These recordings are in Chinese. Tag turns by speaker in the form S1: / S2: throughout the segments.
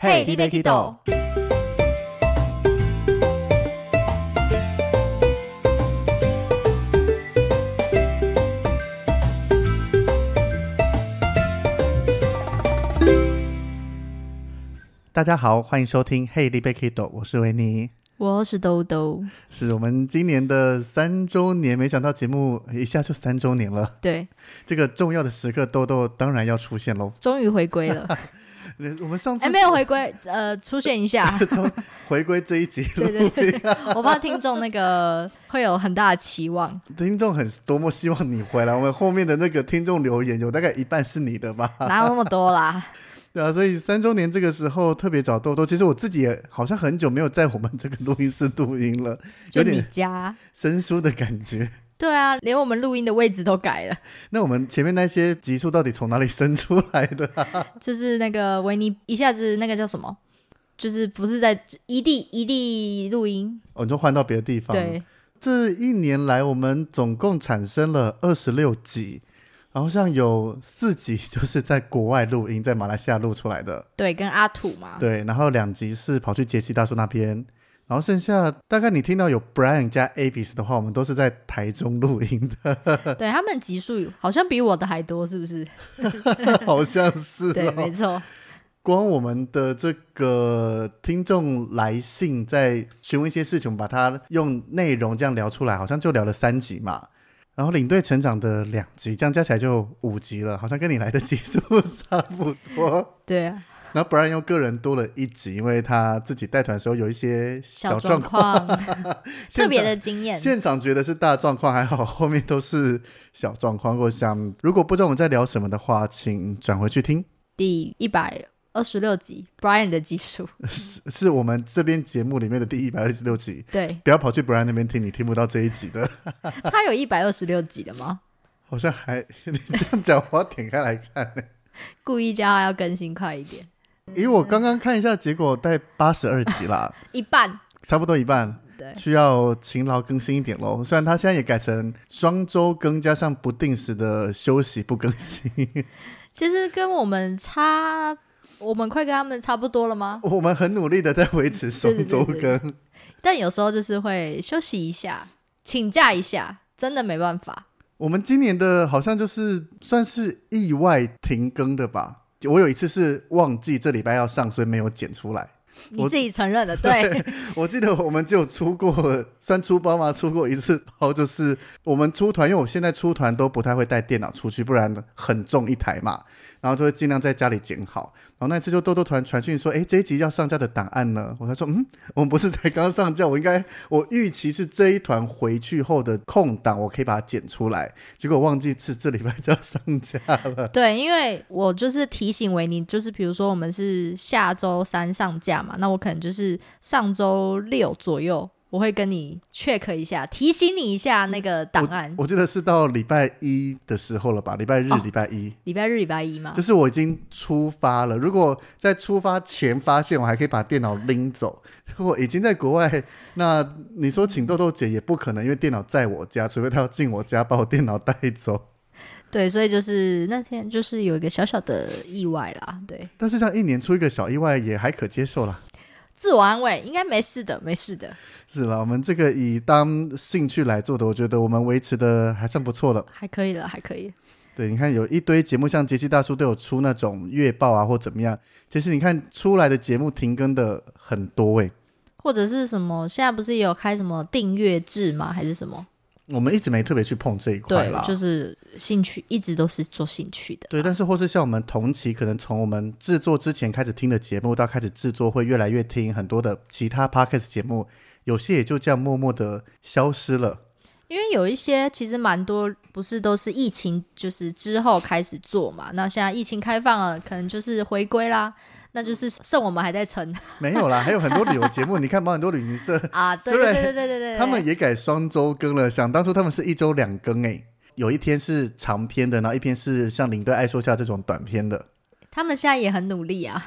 S1: 嘿，立贝 Kido，
S2: 大家好，欢迎收听 Hey, l i b e Kido，我是维尼，
S1: 我是兜兜，
S2: 是我们今年的三周年，没想到节目一下就三周年了，
S1: 对，
S2: 这个重要的时刻，豆豆当然要出现喽。
S1: 终于回归 了，
S2: 呃我们上次
S1: 哎，没有回归，呃，出现 一下，
S2: 都回归这一集，
S1: 对对对，我怕听众那个会有很大的期 望，
S2: 听众很多么希望你回来，我们后面的那个听众留言有大概一半是你的吧？
S1: 哪有那么多啦？
S2: 对啊，所以三周年这个时候特别找豆豆，其实我自己也好像很久没有在我们这个录音室录音了，
S1: 就
S2: 有
S1: 你
S2: 点
S1: 家，
S2: 生疏的感觉。
S1: 对啊，连我们录音的位置都改了，
S2: 那我们前面那些集数到底从哪里生出来的 啊、
S1: 就是那个维尼一下子那个叫什么，就是不是在异地异地录音，
S2: 我哦就换到别的地方。，
S1: 对，
S2: 这一年来我们总共产生了二十六集，然后像有四集就是在国外录音，在马来西亚录出来的，
S1: 对，跟阿土嘛，
S2: 对，然后两集是跑去杰西大叔那边。然后剩下大概你听到有 Brian 加 Abis 的话，我们都是在台中录音
S1: 对他们集数好像比我的还多，是不是？
S2: 的， 好像是、哦。
S1: 对，没错，
S2: 光我们的这个听众来信，在询问一些事情，我们把它用内容这样聊出来，好像就聊了三集嘛。然后领队成长的两集，这样加起来就五集了，好像跟你来的集数 差不多。
S1: 对啊。
S2: 然后 Brian 又个人多了一集，因为他自己带团的时候有一些
S1: 小
S2: 状
S1: 状况，特
S2: 现
S1: 别
S2: 场
S1: 的经验。
S2: 现场觉得是大状况，还好后面都是小状况。我想，如果不知道我们在聊什么的话，请转回去听。
S1: 第一百二十六集，Brian 的技 术，
S2: 是我们这边节目里面的第一百二十六集。
S1: 对
S2: 不要跑去 Brian 那边听，你听不到这一集的。
S1: 他有一百二十六集的吗？
S2: 好像还 你这样讲，我要点开来看、呢。
S1: 故意叫他要更新快一点，
S2: 以我刚刚看一下结果，在八十二集 啦，
S1: 一半。
S2: 差不多一半，
S1: 对
S2: 需要勤劳更新一点喽。虽然他现在也改成双周更，加上不定时的休息不更新。
S1: 其实跟我们差，我们快跟他们差不多了吗？
S2: 我们很努力的在维持双周
S1: 对对
S2: 更，
S1: 但有时候就是会休息一下，请假一下，真的没办法。
S2: 我们今年的好像就是算是意外停更的吧。我有一次是忘记这礼拜要上，所以没有剪出来。
S1: 你自己承认 的，对
S2: 我记得我们就有出过，算出包吗？出过一次包，就是我们出团，因为我现在出团都不太会带电脑出去，不然很重一台嘛，然后就会尽量在家里剪好。然后那次就豆豆团传讯说，诶，这一集要上架的档案呢？我才说，嗯，我们不是才刚上架，我应该我预期是这一团回去后的空档，我可以把它剪出来。结果忘记是这礼拜就要上架了。
S1: 对，因为我就是提醒维尼，就是比如说我们是下周三上架嘛，那我可能就是上周六左右，我会跟你 check 一下，提醒你一下那个档案，
S2: 我记得是到礼拜一的时候了吧，礼拜日
S1: 嗯哦、
S2: 礼拜一。
S1: 礼拜日、礼拜一嘛
S2: 就。是我已经出发了。如果在出发前发现，我还可以把电脑拎走。我已经在国外，那你说请豆豆姐也不可能，因为电脑在我家，除非她要进我家把我电脑带走。
S1: 对，所以就是那天就是有一个小小的意外啦，对，
S2: 但是这样一年出一个小意外也还可接受啦。
S1: 自我安慰，应该没事的，没事的，
S2: 是啦，我们这个以当兴趣来做的，我觉得我们维持的还算不错了。
S1: 还可以了，还可以。
S2: 对，你看有一堆节目，像杰西大叔都有出那种月报啊，或怎么样。其实你看出来的节目停更的很多欸诶、
S1: 或者是什么？现在不是也有开什么订阅制吗？还是什么？
S2: 我们一直没特别去碰这一块
S1: 对
S2: 啦。，
S1: 就是兴趣，一直都是做兴趣的。
S2: 对，但是或是像我们同期，可能从我们制作之前开始听的节目，到开始制作会越来越听很多的其他 podcast 节目，有些也就这样默默的消失了。
S1: 因为有一些其实蛮多不是都是疫情就是之后开始做嘛，那现在疫情开放了，可能就是回归啦，那就是剩我们还在撑
S2: 没有啦，还有很多旅游节目，你看，包括很多旅行社，
S1: 啊。
S2: 虽
S1: 对对
S2: 然
S1: 对对对对对，
S2: 他们也改双周更了。想当初他们是一周两更诶、有一天是长篇的，然后一篇是像《领队爱说笑》这种短篇的，
S1: 他们现在也很努力啊。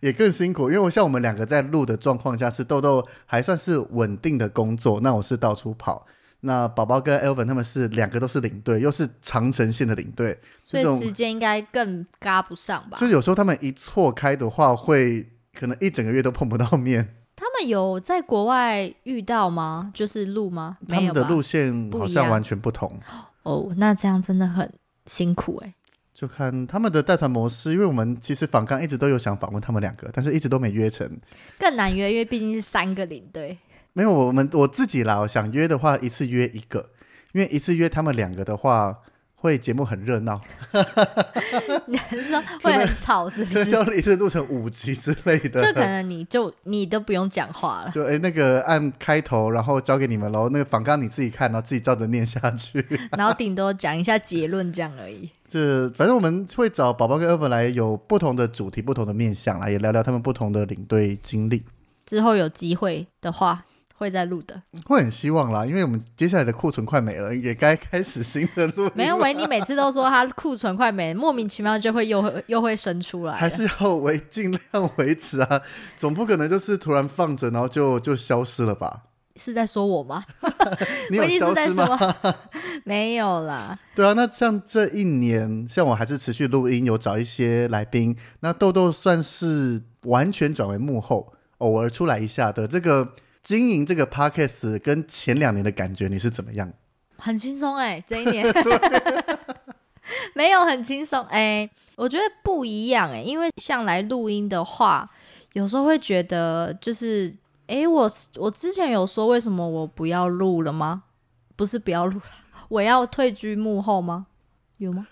S2: 也更辛苦。因为我像我们两个在录的状况下，是豆豆还算是稳定的工作，那我是到处跑。那宝宝跟 Elvin 他们是两个都是领队，又是长城线的领队，
S1: 所以
S2: 这种
S1: 时间应该更嘎不上吧？
S2: 就有时候他们一错开的话，会可能一整个月都碰不到面。
S1: 他们有在国外遇到吗？就是路吗？
S2: 他
S1: 没
S2: 们
S1: 有
S2: 的
S1: 吧
S2: 路线
S1: 不
S2: 好
S1: 一
S2: 像
S1: 样
S2: 完全不同，
S1: 哦，那这样真的很辛苦哎、
S2: 就看他们的带团模式。因为我们其实访刚一直都有想访问他们两个，但是一直都没约成。
S1: 更难约，因为毕竟是三个领 队。
S2: 没有，我们我自己啦，我想约的话，一次约一个，因为一次约他们两个的话，会节目很热闹，
S1: 你还是说会很吵 是不是？
S2: 要一次录成五集之类的。
S1: 就可能你就你都不用讲话了。
S2: 就哎、那个按开头，然后交给你们喽。那个访纲你自己看，然后自己照着念下去。
S1: 然后顶多讲一下结论这样而已。
S2: 这反正我们会找宝宝跟 Evan 来有不同的主题、不同的面向啦，也聊聊他们不同的领队经历。
S1: 之后有机会的话，会再录的。
S2: 会很希望啦，因为我们接下来的库存快没了，也该开始新的路。
S1: 没有维尼每次都说他库存快没，莫名其妙就会又会又会生出来
S2: 还
S1: 了。
S2: 是要维尽量维持啊， 总不可能就是突然放着，然后就就消失了吧？
S1: 是在说我吗？
S2: 你有
S1: 维尼是
S2: 消
S1: 在
S2: 失吗？
S1: 说 没有啦。
S2: 对啊，那像这一年，像我还是持续录音，有找一些来宾。那豆豆算是完全转为幕后，偶尔出来一下的。这个经营这个 podcast 跟前两年的感觉，你是怎么样？
S1: 很轻 松哎，这一年 没有很轻松哎，我觉得不一样哎，因为像来录音的话，有时候会觉得就是哎，我我之前有说为什么我不要录了吗？不是不要录了，我要退居幕后吗？有吗？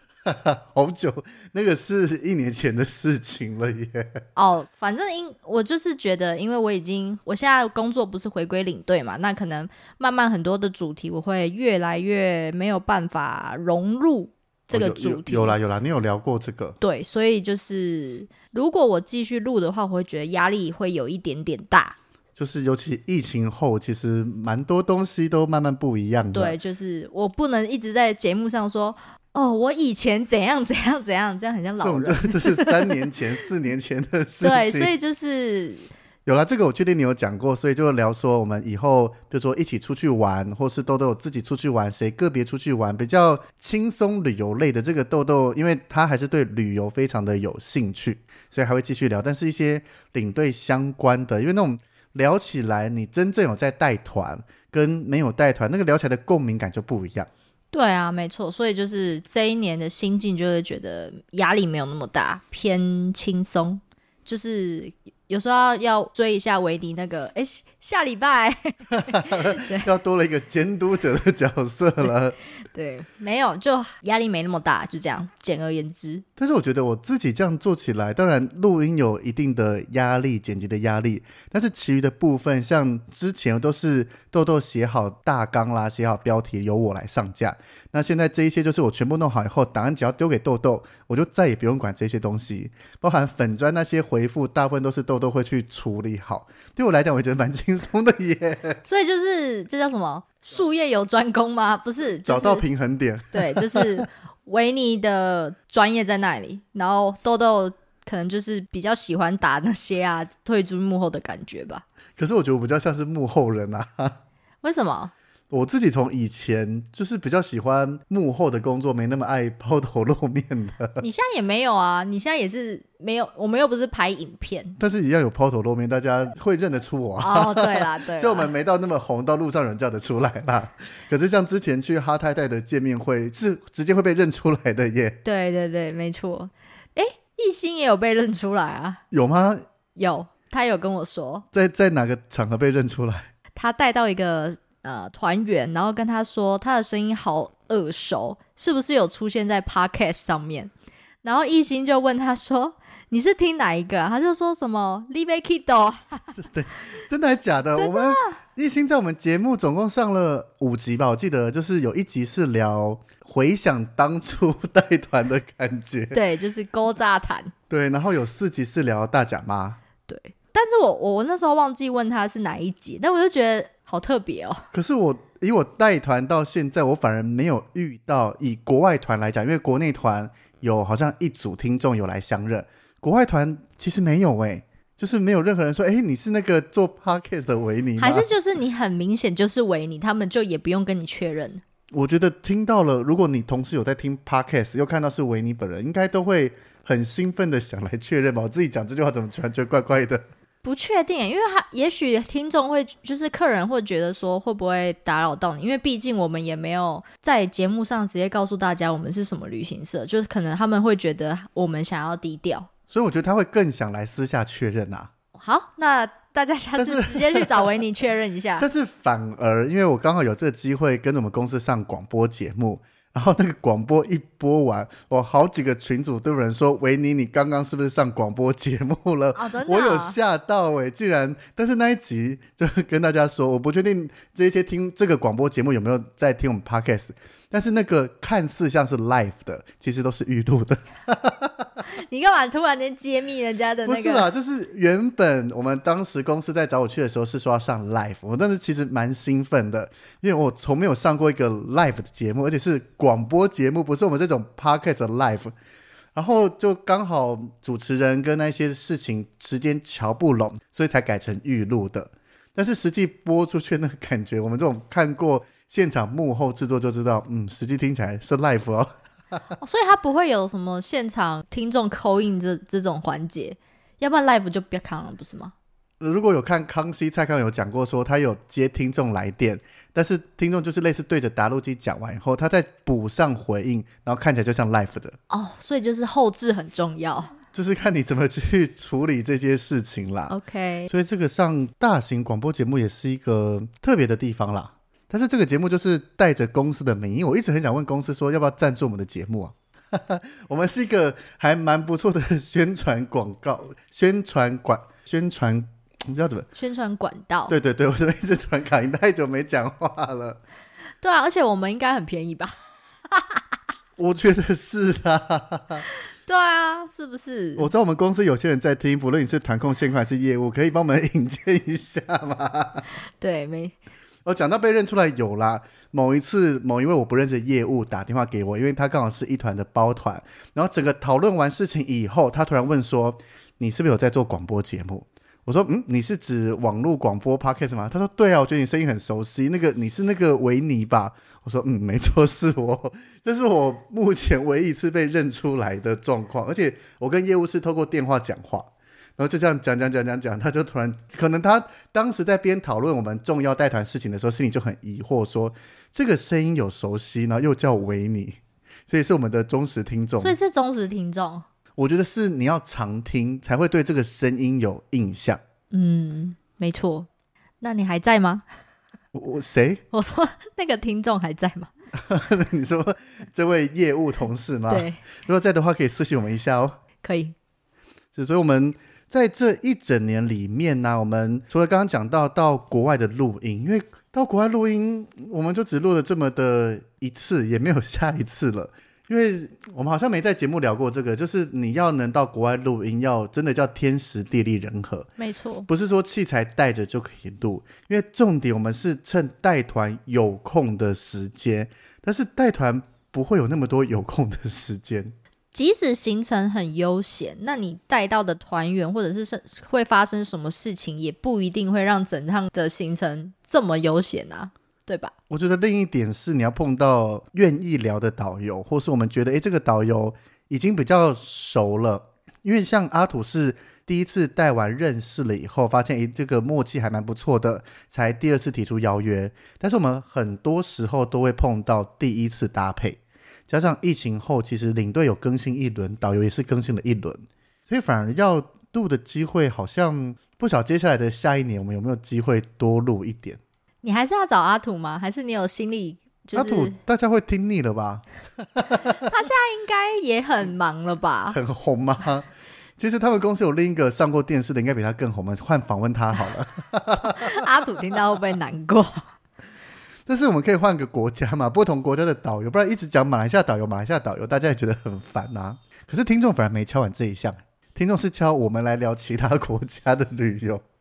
S2: 好久，那个是一年前的事情了耶。
S1: 哦，反正因我就是觉得，因为我已经我现在工作不是回归领队嘛，那可能慢慢很多的主题我会越来越没有办法融入这个
S2: 哦有有
S1: 主题。
S2: 有啦有啦，你有聊过这个？
S1: 对，所以就是如果我继续录的话，我会觉得压力会有一点点大。
S2: 就是尤其疫情后，其实蛮多东西都慢慢不一样的。
S1: 对，就是我不能一直在节目上说哦，我以前怎样怎样怎样，这样很像
S2: 这
S1: 老
S2: 种
S1: 人。
S2: 就就是三年前、四年前的事情。
S1: 对，所以就是
S2: 有啦，这个我确定你有讲过，所以就聊说我们以后，比如说一起出去玩，或是豆豆自己出去玩，谁个别出去玩，比较轻松旅游类的。这个豆豆，因为他还是对旅游非常的有兴趣，所以还会继续聊。但是一些领队相关的，因为那种聊起来，你真正有在带团跟没有带团，那个聊起来的共鸣感就不一样。
S1: 对啊，没错，所以就是这一年的心境就会觉得压力没有那么大，偏轻松，就是。有时候要要追一下维迪那个，哎、下下礼拜
S2: 要多了一个监督者的角色了。
S1: 对，没有就压力没那么大，就这样。简而言之，
S2: 但是我觉得我自己这样做起来，当然录音有一定的压力，剪辑的压力，但是其余的部分，像之前都是豆豆写好大纲啦，写好标题，由我来上架。那现在这一些就是我全部弄好以后，档案只要丢给豆豆，我就再也不用管这些东西，包含粉砖那些回复，大部分都是豆豆会去处理好。对我来讲，我觉得蛮轻松的耶，
S1: 所以就是这叫什么？术业有专攻吗？不是， 就
S2: 找
S1: 是、
S2: 到平衡点。
S1: 对， 就是维尼的专业在那里，然后豆豆可能就是比较喜欢打那些啊退出幕后的感觉吧？
S2: 可是我觉得我比较像是幕后人啊。
S1: 为什么？
S2: 我自己从以前就是比较喜欢幕后的工作，没那么爱抛头露面的，。
S1: 你现在也没有啊？你现在也是没有，我们又不是拍影片
S2: 但是一样有抛头露面，大家会认得出我啊。
S1: 哦，对啦，对啦，
S2: 所以我们没到那么红，到路上有人叫得出来啦。可是像之前去哈太太的见面会，是直接会被认出来的耶，
S1: 对对对，没错。哎，艺兴也有被认出来啊？
S2: 有吗？
S1: 有，他有跟我说，
S2: 在在哪个场合被认出来？
S1: 他带到一个呃团员，然后跟他说他的声音好耳熟，是不是有出现在 podcast 上面？然后艺兴就问他说：“你是 听哪一个啊、他就说什么 l i v e Kiddo，
S2: 真的还假的？我们一心在我们节目总共上了五集吧，我记得就是有一集是聊回想当初带团的感觉，
S1: 对，就是勾扎谈。
S2: 对，然后有四集是聊大甲妈，
S1: 对，但是我我我那时候忘记问他是哪一集，但我就觉得好特别哦。
S2: 可是我以我带团到现在，我反而没有遇到以国外团来讲，因为国内团有好像一组听众有来相认，国外团其实没有哎、就是没有任何人说哎、你是那个做 podcast 的维尼吗？
S1: 还是就是你很明显就是维尼，他们就也不用跟你确认。
S2: 我觉得听到了，如果你同事有在听 podcast，又看到是维尼本人，应该都会很兴奋的想来确认吧。我自己讲这句话怎么突然觉得怪怪的？
S1: 不确定，欸因为他也许听众会就是客人会觉得说会不会打扰到你，因为毕竟我们也没有在节目上直接告诉大家我们是什么旅行社，就是可能他们会觉得我们想要低调。
S2: 所以我觉得他会更想来私下确认啊。
S1: 好，那大家下次直接去找维尼确认一下。
S2: 但是反而因为我刚好有这个机会跟我们公司上广播节目，然后那个广播一播完，我好几个群主都有人说：“维尼，你刚刚是不是上广播节目了？”
S1: 哦，真的、
S2: 我有
S1: 哦，
S2: 吓到哎、竟然！但是那一集就跟大家说，我不确定这些听这个广播节目有没有在听我们 podcast，但是那个看似像是 live 的，其实都是预录的。
S1: 你干嘛突然间揭秘人家的
S2: 不
S1: 那
S2: 是
S1: 个？
S2: 啦，就是原本我们当时公司在找我去的时候是说要上 live，我当时其实蛮兴奋的，因为我从没有上过一个 live 的节目，而且是广播节目，不是我们这种 podcast 的 live。然后就刚好主持人跟那些事情时间瞧不拢，所以才改成预录的。但是实际播出去那个感觉，我们这种看过现场幕后制作就知道，嗯，实际听起来是 live 哦。
S1: 哦所以他不会有什么现场听众扣印这这种环节，要不然 live 就不要看了，不是吗？
S2: 如果有看康熙蔡康永有讲过说他有接听众来电，但是听众就是类似对着答录机讲完以后，他再补上回应，然后看起来就像 live 的，
S1: 哦，所以就是后置很重要。
S2: 就是看你怎么去处理这些事情
S1: 哦
S2: 啦。
S1: OK，
S2: 所以这个上大型广播节目也是一个特别的地方啦。但是这个节目就是带着公司的名义，我一直很想问公司说要不要赞助我们的节目啊？ 我们是一个还蛮不错的宣传广告、宣传管、宣传，你知道怎么？
S1: 宣传管道。
S2: 对对对，我这边一直突然卡，因为太久没讲话了。
S1: 对啊，而且我们应该很便宜吧？
S2: 我觉得是啊，
S1: 对啊，是不是？
S2: 我知道我们公司有些人在听，不论你是团控现款还是业务，可以帮我们引荐一下 吗？
S1: 对，没
S2: 哦，讲到被认出来有啦，某一次某一位我不认识的业务打电话给我，因为他刚好是一团的包团，然后整个讨论完事情以后，他突然问说：“你是不是有在做广播节目？”我说：“嗯，你是指网络广播 podcast 吗？”他说：“对啊，我觉得你声音很熟悉，那个你是那个维尼吧？”我说：“嗯，没错，是我， 这是我目前唯一一次被认出来的状况，而且我跟业务是透过电话讲话。”然后就这样讲讲讲讲讲，他就突然，可能他当时在边讨论我们重要带团事情的时候，心里就很疑惑说，这个声音有熟悉，然后又叫维尼，所以是我们的忠实听众。
S1: 所以是忠实听众。
S2: 我觉得是你要常听才会对这个声音有印象。
S1: 嗯，没错。那你还在吗？
S2: 我我谁？
S1: 我说那个听众还在吗？
S2: 你说这位业务同事吗？
S1: 对，
S2: 如果在的话，可以私信我们一下哦。
S1: 可以。
S2: 是，所以我们在这一整年里面呢、我们除了刚刚讲到到国外的录音，因为到国外录音，我们就只录了这么的一次，也没有下一次了。因为我们好像没在节目聊过这个，就是你要能到国外录音，要真的叫天时地利人和，
S1: 没错，
S2: 不是说器材带着就可以录。因为重点我们是趁带团有空的时间，但是带团不会有那么多有空的时间。
S1: 即使行程很悠闲，那你带到的团员或者是是会发生什么事情，也不一定会让整趟的行程这么悠闲啊，对吧？
S2: 我觉得另一点是你要碰到愿意聊的导游，或是我们觉得诶这个导游已经比较熟了。因为像阿土是第一次带完认识了以后，发现诶这个默契还蛮不错的，才第二次提出邀约。但是我们很多时候都会碰到第一次搭配，加上疫情后，其实领队有更新一轮，导游也是更新了一轮，所以反而要录的机会好像不晓得接下来的下一年我们有没有机会多录一点。
S1: 你还是要找阿土吗？还是你有心理？就
S2: 阿
S1: 是
S2: 土大家会听腻了吧？
S1: 他应该也很忙了吧？
S2: 很红吗？ 其实他们公司有另一个上过电视的，应该比他更红，我们换访问他好 了。
S1: 阿土听到会不会难过？
S2: 但是我们可以换个国家嘛，不同国家的导游，不然一直讲马来西亚导游，马来西亚导游，大家也觉得很烦啊。可是听众反而没敲完这一项，听众是敲我们来聊其他国家的旅 游。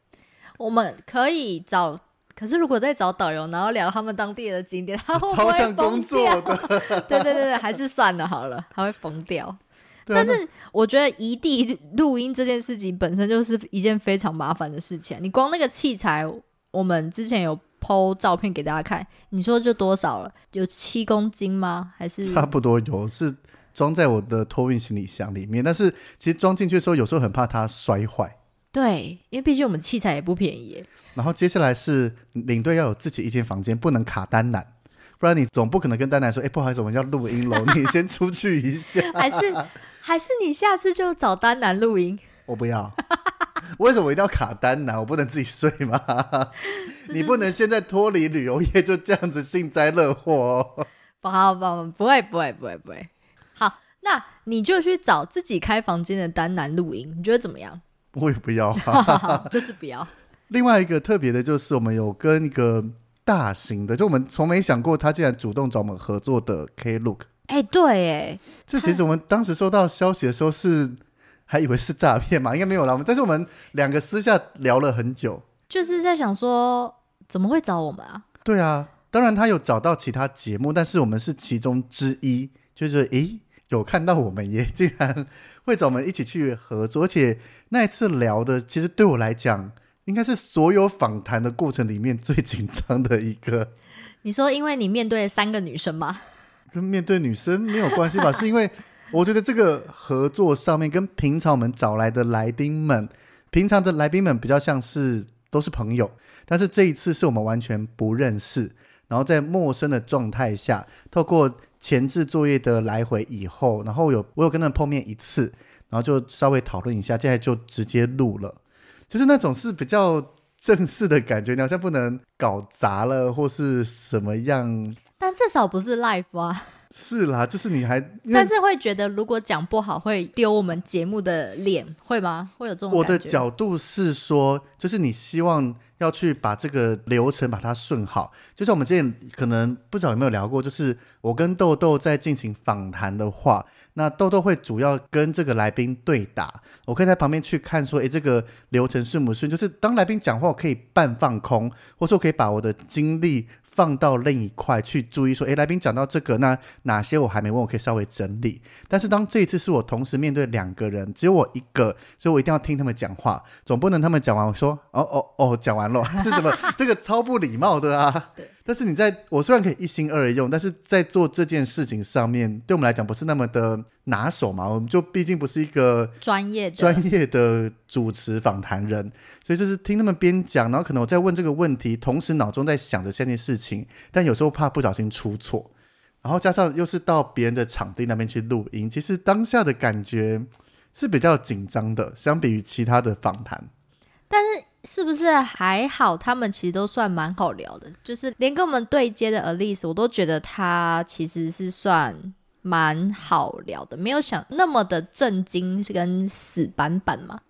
S1: 我们可以找，可是如果再找导游，然后聊他们当地的景点，他会不
S2: 超
S1: 会
S2: 像
S1: 疯
S2: 工作
S1: 掉？
S2: 的，
S1: 对对对对，还是算了好了， 他会疯掉。
S2: 对啊
S1: 但是我觉得一地录音这件事情本身就是一件非常麻烦的事情。你光那个器材，我们之前有剖照片给大家看，你说就多少了？有七公斤吗？还是
S2: 那差不多有是装在我的托运行李箱里面，但是其实装进去的时候，有时候很怕它摔坏。
S1: 对？因为毕竟我们器材也不便宜耶。
S2: 然后接下来是领队要有自己一间房间，不能卡单男，不然你总不可能跟单男说，哎、不好意思，我们要录音喽，你先出去一下。
S1: 还是 还是你下次就找丹南录音，
S2: 我不要，为什么我一定要卡单呢、我不能自己睡吗？
S1: 这
S2: 你
S1: 就
S2: 不
S1: 是
S2: 能现在脱离旅游业就这样子幸灾乐祸哦。
S1: 不好不好，不会不会不会不会。好，那你就去找自己开房间的丹南录音，你觉得怎么样？
S2: 我也不要啊。
S1: 就是不要。
S2: 另外一个特别的就是，我们有跟一个大型的，就我们从没想过他竟然主动找我们合作的 Klook。
S1: 哎、对，哎，
S2: 这其实我们当时收到消息的时候是还以为是诈骗嘛，应该没有啦。我们但是我们两个私下聊了很久。
S1: 就是在想说，怎么会找我们啊？
S2: 对啊，当然他有找到其他节目，但是我们是其中之一，就是诶有看到我们也竟然会找我们一起去合作，而且那一次聊的，其实对我来讲，应该是所有访谈的过程里面最紧张的一个。
S1: 你说，因为你面对三个女生嘛，
S2: 跟面对女生没有关系吧？是因为我觉得这个合作上面跟平常我们找来的来宾们，平常的来宾们比较像是都是朋友，但是这一次是我们完全不认识，然后在陌生的状态下，透过前置作业的来回以后，然后有我有跟他们碰面一次，然后就稍微讨论一下，现在就直接录了，就是那种是比较。正式的感觉，你好像不能搞砸了，或是什么样？
S1: 但至少不是 live 啊。
S2: 是啦，就是你还，因为
S1: 但是会觉得，如果讲不好，会丢我们节目的脸，会吗？会有这种
S2: 我的
S1: 感觉
S2: 角度是说，就是你希望要去把这个流程把它顺好。就像我们之前可能不知道有没有聊过，就是我跟豆豆在进行访谈的话，那豆豆会主要跟这个来宾对打，我可以在旁边去看说，诶，这个流程顺不顺？就是当来宾讲话，我可以半放空，或者我可以把我的精力放到另一块去注意说，诶，来宾讲到这个，那哪些我还没问，我可以稍微整理。但是当这一次是我同时面对两个人，只有我一个，所以我一定要听他们讲话，总不能他们讲完我说哦哦哦讲完了是什么？这个超不礼貌的啊！
S1: 对。
S2: 但是你在我虽然可以一心二用，但是在做这件事情上面，对我们来讲不是那么的拿手嘛，我们就毕竟不是一个。
S1: 专业的
S2: 专业的主持访谈人，所以就是听他们边讲，然后可能我在问这个问题，同时脑中在想着这件事情，但有时候怕不小心出错，然后加上又是到别人的场地那边去录音，其实当下的感觉是比较紧张的，相比于其他的访谈。
S1: 是不是还好？他们其实都算蛮好聊的，就是连跟我们对接的 Alice，我都觉得她其实是算蛮好聊的，没有想那么的震惊跟死板板嘛。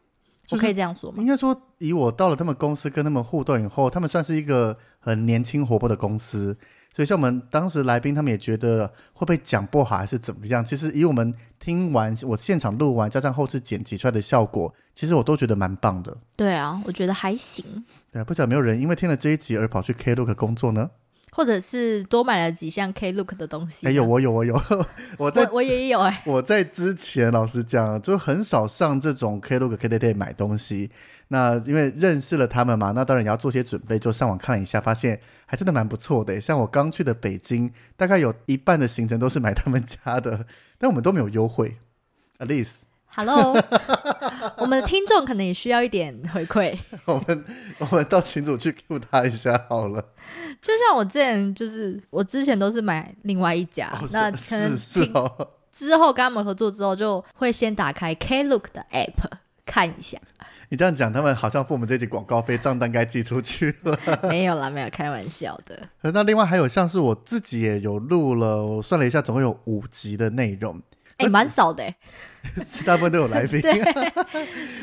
S2: 就是
S1: 我可以这样说吗？
S2: 应该说，以我到了他们公司跟他们互动以后，他们算是一个很年轻活泼的公司，所以像我们当时来宾，他们也觉得会不会讲不好还是怎么样。其实以我们听完我现场录完，加上后置剪辑出来的效果，其实我都觉得蛮棒的。
S1: 对啊，我觉得还行，
S2: 对啊，不晓得有没有人因为听了这一集而跑去 Klook 工作呢？
S1: 或者是多买了几项 Klook 的东西。
S2: 哎有，我有我有，我在
S1: 我我也有哎、
S2: 我在之前老实讲，就很少上这种 Klook、KDD 买东西。那因为认识了他们嘛，那当然也要做些准备，就上网看了一下，发现还真的蛮不错的耶。像我刚去的北京，大概有一半的行程都是买他们家的， 但我们都没有优惠。at least
S1: Hello，我们的听众可能也需要一点回馈。
S2: 我们我们到群组去 Q 他一下好了。
S1: 就像我之前，就是我之前都是买另外一家，
S2: 哦
S1: 那
S2: 是
S1: 可
S2: 是
S1: 能
S2: 是
S1: 听
S2: 哦，
S1: 之后跟他们合作之后，就会先打开 Klook 的 App 看一下。
S2: 你这样讲，他们好像付我们这集广告费账单该寄出去了。
S1: 没有啦，没有开玩笑的。
S2: 呃那另外还有像是我自己也有录了，我算了一下，总共有五集的内容。
S1: 哎、蛮少的、欸，
S2: 大部分都有来 宾。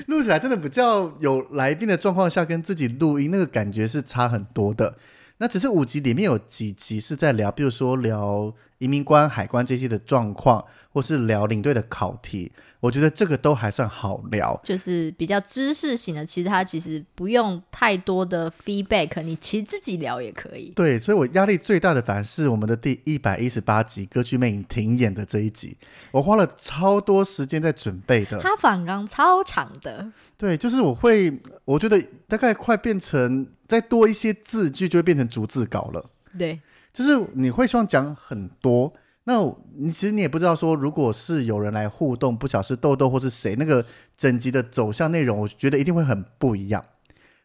S2: 录起来真的比较有来宾的状况下，跟自己录音那个感觉是差很多的。那只是五集里面有几集是在聊，比如说聊移民官、海关这些的状况，或是聊领队的考题，我觉得这个都还算好聊。
S1: 就是比较知识型的，其实它其实不用太多的 feedback，你其实自己聊也可以。
S2: 对，所以我压力最大的反而是我们的第一百一十八集《歌剧魅影》停演的这一集，我花了超多时间在准备的。
S1: 它反刚超长的，
S2: 对，就是我会，我觉得大概快变成再多一些字句，就会变成逐字稿了。
S1: 对，
S2: 就是你会希望讲很多，那我你其实你也不知道说，如果是有人来互动，不晓得是豆豆或是谁，那个整集的走向内容，我觉得一定会很不一样。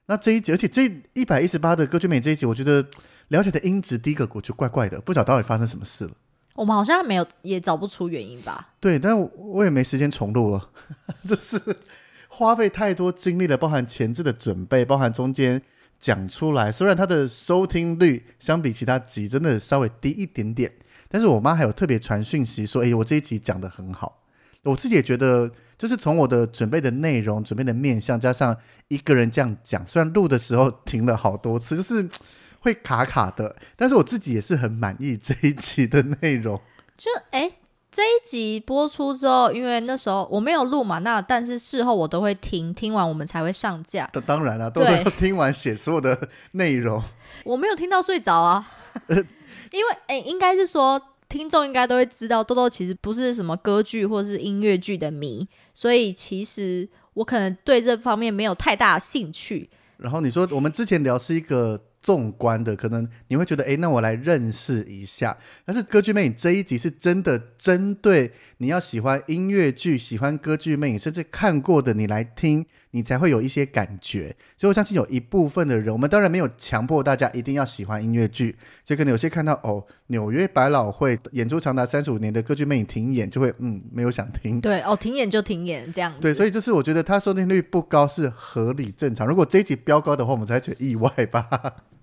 S2: 那这一集，而且这一百一十八的歌剧美这一集，我觉得了解的音质，第一个我就怪怪的，不晓得到底发生什么事了。
S1: 我们好像没有也找不出原因吧？
S2: 对，但我我也没时间重录了， 就是花费太多精力了，包含前置的准备，包含中间讲出来。虽然它的收听率相比其他集真的稍微低一点点，但是我妈还有特别传讯息说：“哎、我这一集讲的很好。”我自己也觉得，就是从我的准备的内容、准备的面向，加上一个人这样讲，虽然录的时候停了好多次，就是会卡卡的，但是我自己也是很满意这一集的内容。
S1: 就哎、这一集播出之后，因为那时候我没有录嘛，那但是事后我都会听，听完我们才会上架。
S2: 当当然了、都
S1: 对
S2: 都听完写所有的内容，
S1: 我没有听到睡着 啊，因为哎、应该是说听众应该都会知道，豆豆其实不是什么歌剧或是音乐剧的迷，所以其实我可能对这方面没有太大兴趣。
S2: 然后你说我们之前聊是一个纵观的，可能你会觉得，哎，那我来认识一下。但是《歌剧魅影》这一集是真的针对你要喜欢音乐剧、喜欢歌剧魅影，甚至看过的你来听，你才会有一些感觉。所以我相信有一部分的人，我们当然没有强迫大家一定要喜欢音乐剧，所以可能有些看到哦，纽约百老汇演出长达三十五年的《歌剧魅影》停演，就会嗯没有想听。
S1: 对哦，停演就停演这样子。
S2: 对，所以就是我觉得它收听率不高是合理正常。如果这一集飙高的话，我们才觉得意外吧。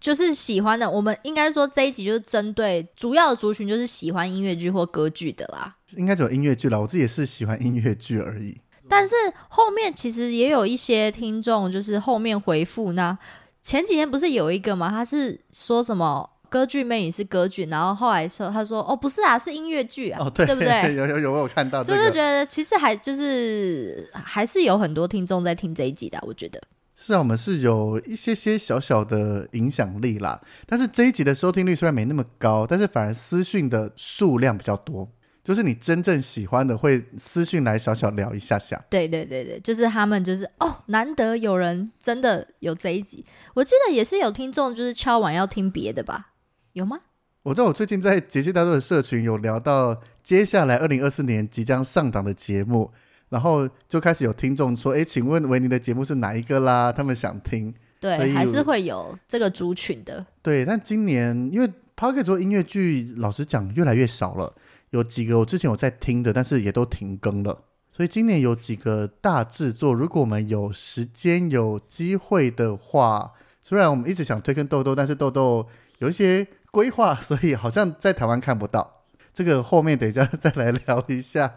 S1: 就是喜欢的，我们应该说这一集就是针对主要的族群，就是喜欢音乐剧或歌剧的啦。
S2: 应该只有音乐剧啦，我自己也是喜欢音乐剧而已。
S1: 但是后面其实也有一些听众，就是后面回复呢，前几天不是有一个嘛，他是说什么歌剧魅影是歌剧，然后后来说他说哦不是啊，是音乐剧啊，
S2: 哦，对，
S1: 对不对？
S2: 有有有，我有看到这
S1: 所以就
S2: 个。
S1: 觉得其实还就是还是有很多听众在听这一集的啊，我觉得
S2: 是啊，我们是有一些些小小的影响力啦。但是这一集的收听率虽然没那么高，但是反而私讯的数量比较多，就是你真正喜欢的会私讯来小小聊一下下。
S1: 对对对对，就是他们就是哦，难得有人真的有这一集，我记得也是有听众就是敲碗要听别的吧，有吗？
S2: 我知道我最近在杰西大叔的社群有聊到接下来二零二四年即将上档的节目，然后就开始有听众说：“哎，请问维尼的节目是哪一个啦？”他们想听。所
S1: 对，
S2: 以
S1: 还是会有这个族群的。
S2: 对，但今年因为 p o c k e t 做音乐剧，老实讲越来越少了，有几个我之前有在听的，但是也都停更了。所以今年有几个大制作，如果我们有时间有机会的话，虽然我们一直想推跟豆豆，但是豆豆有一些规划，所以好像在台湾看不到。这个后面等一下 再来聊一下。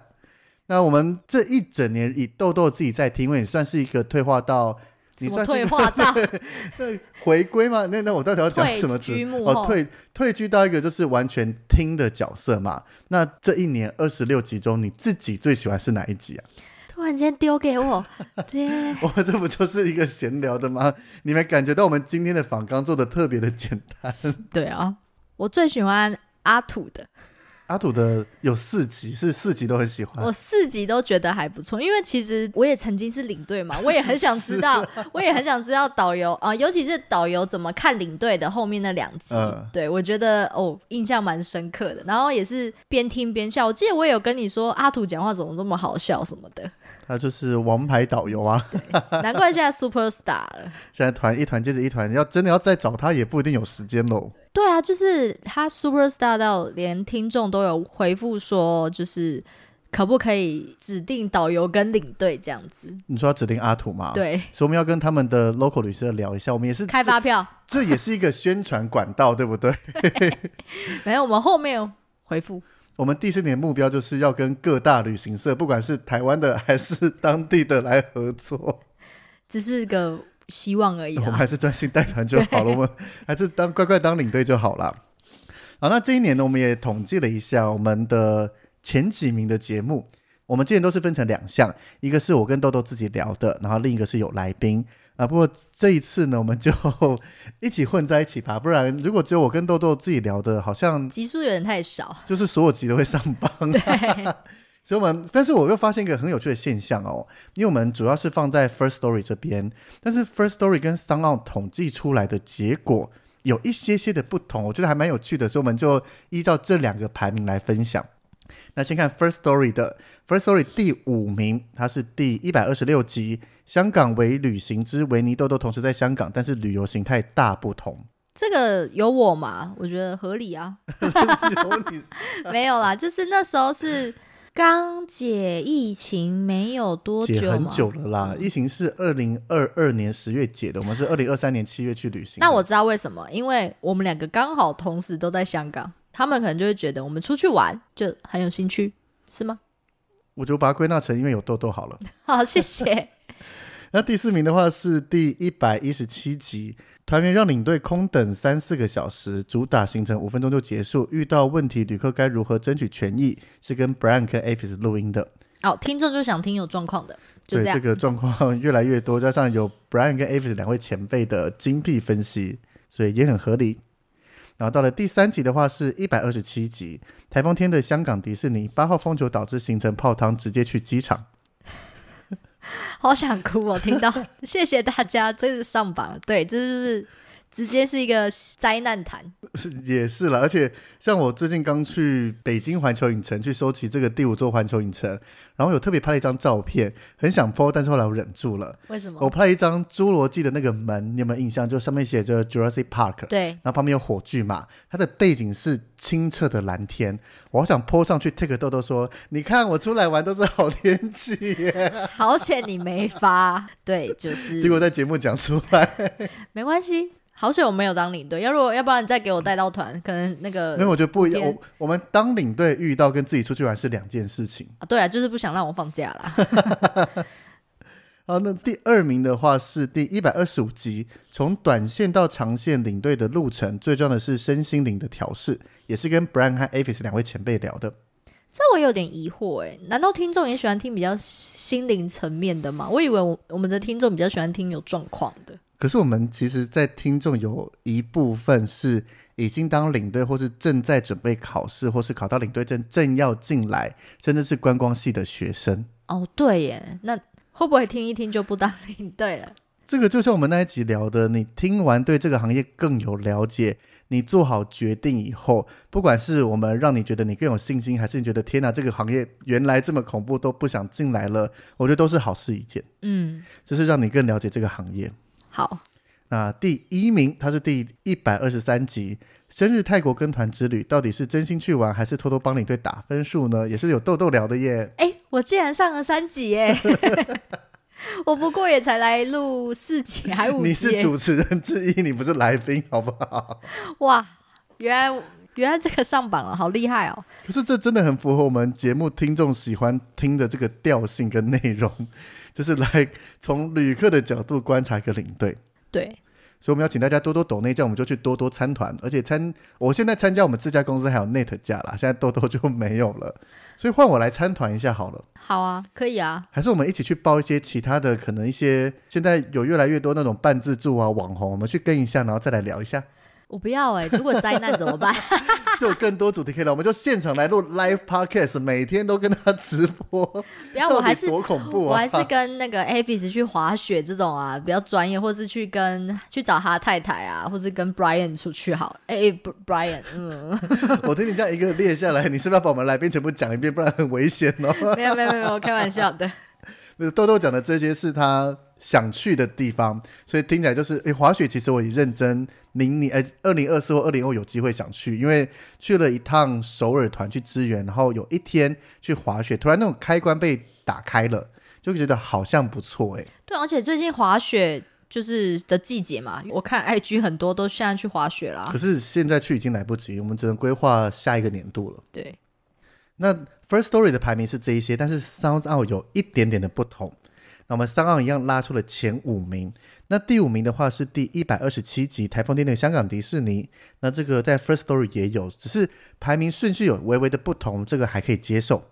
S2: 那我们这一整年以豆豆自己在听，因为你算是一个退化到，
S1: 什
S2: 你
S1: 么
S2: 算是一
S1: 退
S2: 个
S1: 化到
S2: 对， 回归吗？那那我到底要讲
S1: 退
S2: 什么词
S1: 居？幕
S2: 哦，
S1: 后
S2: 退退居到一个就是完全听的角色嘛。那这一年二十六集中，你自己最喜欢是哪一集 啊？
S1: 突然间丢给我，对，
S2: 我、这不就是一个闲聊的吗？你们感觉到我们今天的访纲做的特别的简单。
S1: 对啊，我最喜欢阿土的，
S2: 阿土的有四集，是四集都很喜欢
S1: 我。四集都觉得还不错，因为其实我也曾经是领队嘛，我也很想知道，我也很想知道导游啊、呃尤其是导游怎么看领队的后面那两集，
S2: 嗯
S1: 对我觉得哦印象蛮深刻的，然后也是边听边笑，我记得我也有跟你说阿土讲话怎么这么好笑什么的，
S2: 他就是王牌导游啊，
S1: 难怪现在 super star 了。
S2: 现在团一团接着一团，要真的要再找他也不一定有时间喽。
S1: 对啊，就是他 superstar 到连听众都有回复说，就是可不可以指定导游跟领队这样子？
S2: 你说要指定阿土吗？。
S1: 对，
S2: 所以我们要跟他们的 local 旅社聊一下，我们也是
S1: 开发票。
S2: 这也是一个宣传管道，对不对？
S1: 没有，我们后面有回复。
S2: 我们第四年目标就是要跟各大旅行社，不管是台湾的还是当地的来合作。
S1: 只是个希望而已啊
S2: 我们
S1: 啦。
S2: 还是专心带团就好了，我们还是当乖乖当领队就好了。好，那这一年呢，我们也统计了一下我们的前几名的节目，我们之前都是分成两项，一个是我跟豆豆自己聊的，然后另一个是有来宾啊。不过这一次呢，我们就 一起混在一起吧，不然如果只有我跟豆豆自己聊的，好像
S1: 集数有点太少，
S2: 就是所有集都会上榜。
S1: 对，
S2: 所以我们，但是我又发现一个很有趣的现象哦，因为我们主要是放在 First Story 这边，但是 First Story 跟 s o u n d o u 统计出来的结果有一些些的不同，我觉得还蛮有趣的，所以我们就依照这两个排名来分享。那先看 First Story 的 First Story 第五名，它是第一百二十六集，香港为旅行之维尼豆豆同时在香港，但是旅游形态大不 同。
S1: 这个有我嘛？我觉得合理啊。没有啦，就是那时候是刚解疫情没有多
S2: 解
S1: 久啊嘛，
S2: 很久了啦，疫情是二零二二年十月解的，我们是二零二三年七月去旅行的。
S1: 那我知道为什么，因为我们两个刚好同时都在香港，他们可能就会觉得我们出去玩就很有兴趣，是吗？
S2: 我就把它归纳成因为有痘痘好了。
S1: 好，谢 谢。
S2: 那第四名的话是第一百一十七集，团员让领队空等三四个小时，主打行程五分钟就结束，遇到问题旅客该如何争取权益，是跟 Brian 跟 Avis 录音的。
S1: 哦，听众就想听有状况的，就
S2: 对
S1: 这样。
S2: 这个状况越来越多， 加上有 Brian 跟 Avis 两位前辈的精辟分析，所以也很合理。然后到了第三集的话是一百二十七集，台风天的香港迪士尼八号风球导致行程泡汤，直接去机场。
S1: 好想哭哦，我听到，谢谢大家，这是上榜了，对，这就是直接是一个灾难谈，
S2: 也是了，而且像我最近刚去北京环球影城去收集这个第五座环球影城，然后有特别拍了一张照片，很想 po，但是后来我忍住了。
S1: 为什么？
S2: 我拍了一张侏罗纪的那个门，你有没有印象？就上面写着 Jurassic Park，
S1: 对，
S2: 然后旁边有火炬嘛，它的背景是清澈的蓝天。我好想 po 上去 take 豆豆说，你看我出来玩都是好天气耶，
S1: 好险你没发，对， 就是
S2: 结果在节目讲出来，
S1: 没关系，好险我没有当领队，要如果要不然你再给我带到团，可能那个
S2: 因为我觉得不一样。
S1: 天
S2: 我我们当领队遇到跟自己出去玩是两件事情。
S1: 啊，对啊，就是不想让我放假啦。
S2: 好，那第二名的话是第一百二十五集，从短线到长线领队的路程，最重要的是身心灵的调试，也是跟 Brian 和 Avis 两位前辈聊的。
S1: 这我有点疑惑哎，难道听众也喜欢听比较心灵层面的吗？我以为我我们的听众比较喜欢听有状况的。
S2: 可是我们其实，在听众有一部分是已经当领队，或是正在准备考试，或是考到领队证，正要进来，甚至是观光系的学生。
S1: 哦，对耶，那会不会听一听就不当领队了？
S2: 这个就像我们那一集聊的，你听完对这个行业更有了解，你做好决定以后，不管是我们让你觉得你更有信心，还是你觉得天哪，这个行业原来这么恐怖，都不想进来了，我觉得都是好事一件，
S1: 嗯，
S2: 就是让你更了解这个行业。
S1: 好，
S2: 那第一名，他是第一百二十三集，生日泰国跟团之旅，到底是真心去玩，还是偷偷帮领队打分数呢？也是有豆豆聊的耶。
S1: 哎，我竟然上了三集 耶！我不过也才来录四集还五集耶，
S2: 你是主持人之一，你不是来宾，好不好？
S1: 哇，原来原来这个上榜了，好厉害哦！
S2: 可是这真的很符合我们节目听众喜欢听的这个调性跟内容， 就是来从旅客的角度观察一个领队。
S1: 对，
S2: 所以我们要请大家多多抖内价，我们就去多多参团，而且参我现在参加我们自家公司还有 Net 价啦，现在豆豆就没有了，所以换我来参团一下好了。
S1: 好啊，可以啊，
S2: 还是我们一起去报一些其他的，可能一些现在有越来越多那种半自助啊网红，我们去跟一下，然后再来聊一下，
S1: 我不要哎，如果灾难怎么 办？
S2: 就有更多主题可以聊，我们就现场来录 live podcast，每天都跟他直播，
S1: 不要，
S2: 到
S1: 我
S2: 底
S1: 还是
S2: 多恐怖啊！
S1: 我还是跟那个 Avis 去滑雪这种啊，比较专业，或是去跟去找他太太啊，或是跟 Brian 出去好了。哎、哎，Br-，Brian，嗯，
S2: 我听你这样一个列下来，你是不是要把我们来宾全部讲一遍，不然很危险哦。
S1: 没有没有没有，我开玩笑的。
S2: 不是豆豆讲的这些是他想去的地方，所以听起来就是，诶，滑雪其实我也认真，明年诶，二零二四或二零二有机会想去，因为去了一趟首尔团去支援，然后有一天去滑雪，突然那种开关被打开了，就觉得好像不错哎诶。
S1: 对，而且最近滑雪就是的季节嘛，我看 IG 很多都现在去滑雪啦
S2: 可。是现在去已经来不及，我们只能规划下一个年度了。
S1: 对，
S2: 那 First Story 的排名是这一些，但是 Sound On 有一点点的不同。那我们 Sound On 一样拉出了前五名。那第五名的话是第一百二十七集《台风天的香港迪士尼》，那这个在 First Story 也有，只是排名顺序有微微的不同，这个还可以接受。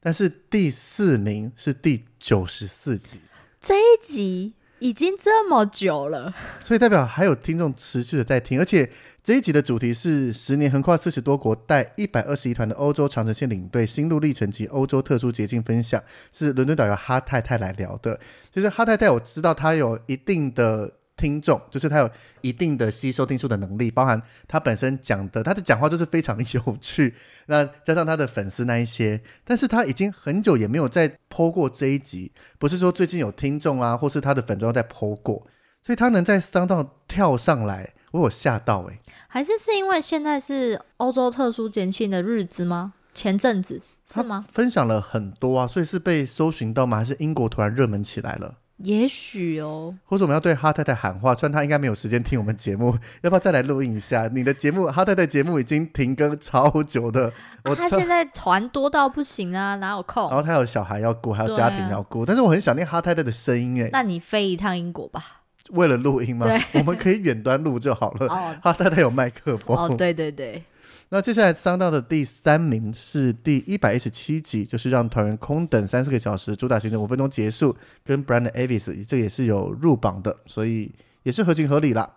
S2: 但是第四名是第九十四集，
S1: 这一集已经这么久了，
S2: 所以代表还有听众持续的在听，而且这一集的主题是十年横跨四十多国，带一百二十一团的欧洲长城线领队心路历程及欧洲特殊捷径分享，是伦敦导游哈太太来聊的。其实哈太太我知道她有一定的。听众就是她有一定的吸收听数的能力，包含她本身讲的，她的讲话就是非常有趣，那加上她的粉丝那一些，但是她已经很久也没有再剖过这一集，不是说最近有听众啊，或是她的粉妆在剖过，所以他能在商道跳上来，我有吓到哎、
S1: 还是是因为现在是欧洲特殊节庆的日子吗？前阵子是
S2: 他
S1: 吗？
S2: 分享了很多啊，所以是被搜寻到吗？还是英国突然热门起来了？
S1: 也许哦，
S2: 或者我们要对哈太太喊话，虽然她应该没有时间听我们节目， 要不要再来录音一下？你的节目哈太太节目已经停更超久的，我
S1: 啊他
S2: 超
S1: 现在团多到不行啊，哪有空？
S2: 然后她有小孩要顾，还有
S1: 对
S2: 家
S1: 啊
S2: 庭要顾，但是我很想念哈太太的声音哎、
S1: 那你飞一趟英国吧。
S2: 为了录音吗？我们可以远端录就好了。
S1: 哦
S2: 哈太太有麦克风，
S1: 哦，对对对，
S2: 那接下来商道的第三名是第一百一十七集，就是让团员空等三四个小时，主打行程五分钟结束，跟 Brandon Avis 这个也是有入榜的，所以也是合情合理啦。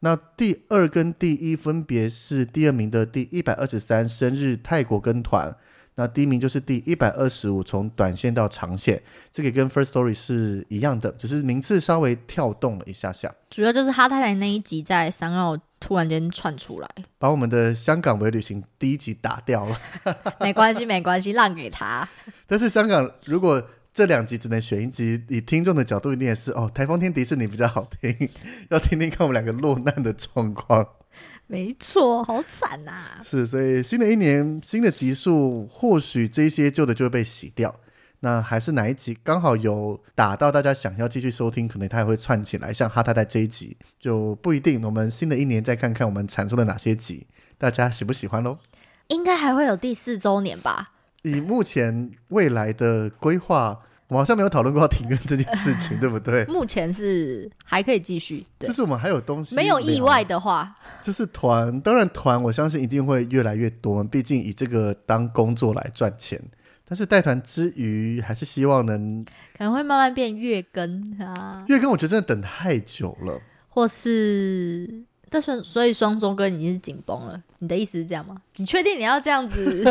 S2: 那第二跟第一分别是第二名的第一百二十三生日泰国跟团，那第一名就是第一百二十五从短线到长线，这个跟 First Story 是一样的，只是名次稍微跳动了一下下。
S1: 主要就是哈太太那一集在三奥突然间窜出来，
S2: 把我们的香港为旅行第一集打掉了，
S1: 没关系没关系，让给他。
S2: 但是香港如果这两集只能选一集，以听众的角度一定也是哦，台风天迪士尼比较好听，要听听看我们两个落难的状况。
S1: 没错，好惨啊呐、
S2: 是，所以新的一年新的集数，或许这些旧的就会被洗掉。那还是哪一集刚好有打到大家想要继续收听，可能它也会串起来。像哈太太这一集就不一定，我们新的一年再看看我们产出了哪些集，大家喜不喜欢喽？
S1: 应该还会有第四周年吧？
S2: 以目前未来的规划，我们好像没有讨论过要停更这件事情，对不对？
S1: 目前是还可以继续，对
S2: 就，是我们还有东西
S1: 没有意外
S2: 聊，
S1: 的话，
S2: 就是团，当然团，我相信一定会越来越多。毕竟以这个当工作来赚钱，但是带团之余，还是希望能
S1: 可能会慢慢变月更啊，
S2: 月更。我觉得真的等太久了，
S1: 或是。但是，所以双周更已经是紧绷了。你的意思是这样吗？你确定你要这样子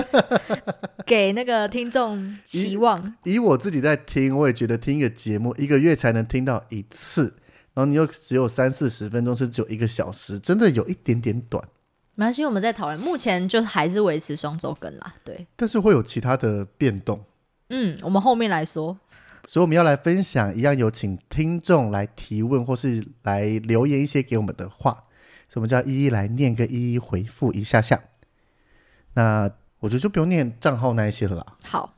S1: 给那个听众期望？
S2: 以我自己在听，我也觉得听一个节目一个月才能听到一次，然后你又只有三四十分钟，甚至有一个小时，真的有一点点短。
S1: 没关系，我们在讨论。目前就还是维持双周更啦。对，
S2: 但是会有其他的变动。
S1: 嗯，我们后面来说。
S2: 所以我们要来分享，一样有请听众来提问或是来留言一些给我们的话，所以我们就要一一来念个一一回复一下下。那我觉得就不用念账号那一些了啦。
S1: 好，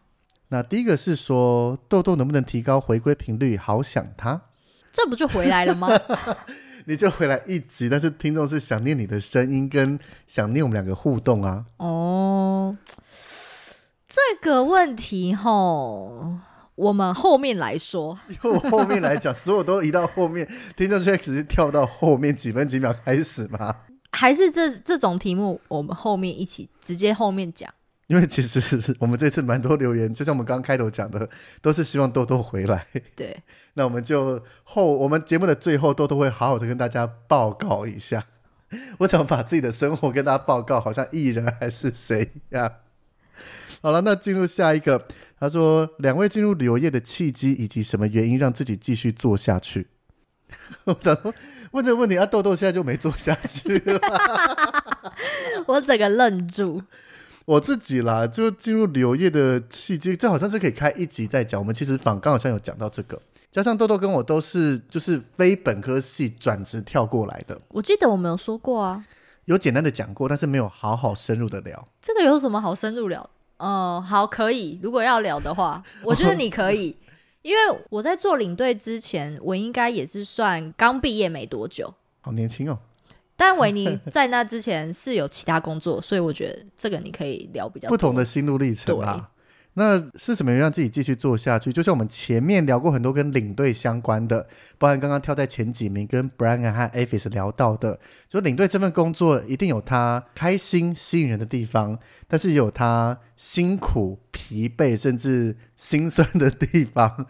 S2: 那第一个是说豆豆能不能提高回归频率？好想他，
S1: 这不就回来 了吗？
S2: 你就回来一集，但是听众是想念你的声音跟想念我们两个互动啊。
S1: 哦，这个问题吼，我们后面来说。
S2: 因为我后面来讲，所有都移到后面，听众现在只是跳到后面几分几秒开始嘛。
S1: 还是这这种题目，我们后面一起直接后面讲。
S2: 因为其实是我们这次蛮多留言，就像我们刚开头讲的，都是希望豆豆回来。
S1: 对，
S2: 那我们就后我们节目的最后，豆豆会好好的跟大家报告一下。 我想把自己的生活跟大家报告，好像艺人还是谁一样。好了，那进入下一个，他说两位进入旅游业的契机以及什么原因让自己继续做下去？ 我想说问这个问题，啊，豆豆现在就没做下去了。
S1: 我整个愣住。
S2: 我自己啦，就进入旅游业的契机，这好像是可以开一集再讲。我们其实访刚好像有讲到这个，加上豆豆跟我都是就是非本科系转职跳过来的，
S1: 我记得我们有说过啊，
S2: 有简单的讲过，但是没有好好深入的聊。
S1: 这个有什么好深入聊？嗯，好，可以。如果要聊 的话，我觉得你可以，因为我在做领队之前，我应该也是算刚毕业没多久，
S2: 好年轻哦，
S1: 但维尼在那之前是有其他工作，所以我觉得这个你可以聊比较
S2: 不同
S1: 多
S2: 的心路历程啊。那是什么让自己继续做下去？就像我们前面聊过很多跟领队相关的，包含刚刚跳在前几名跟 Brian 和 Avis 聊到的，就领队这份工作一定有它开心吸引人的地方，但是也有它辛苦、疲惫甚至心酸的地方，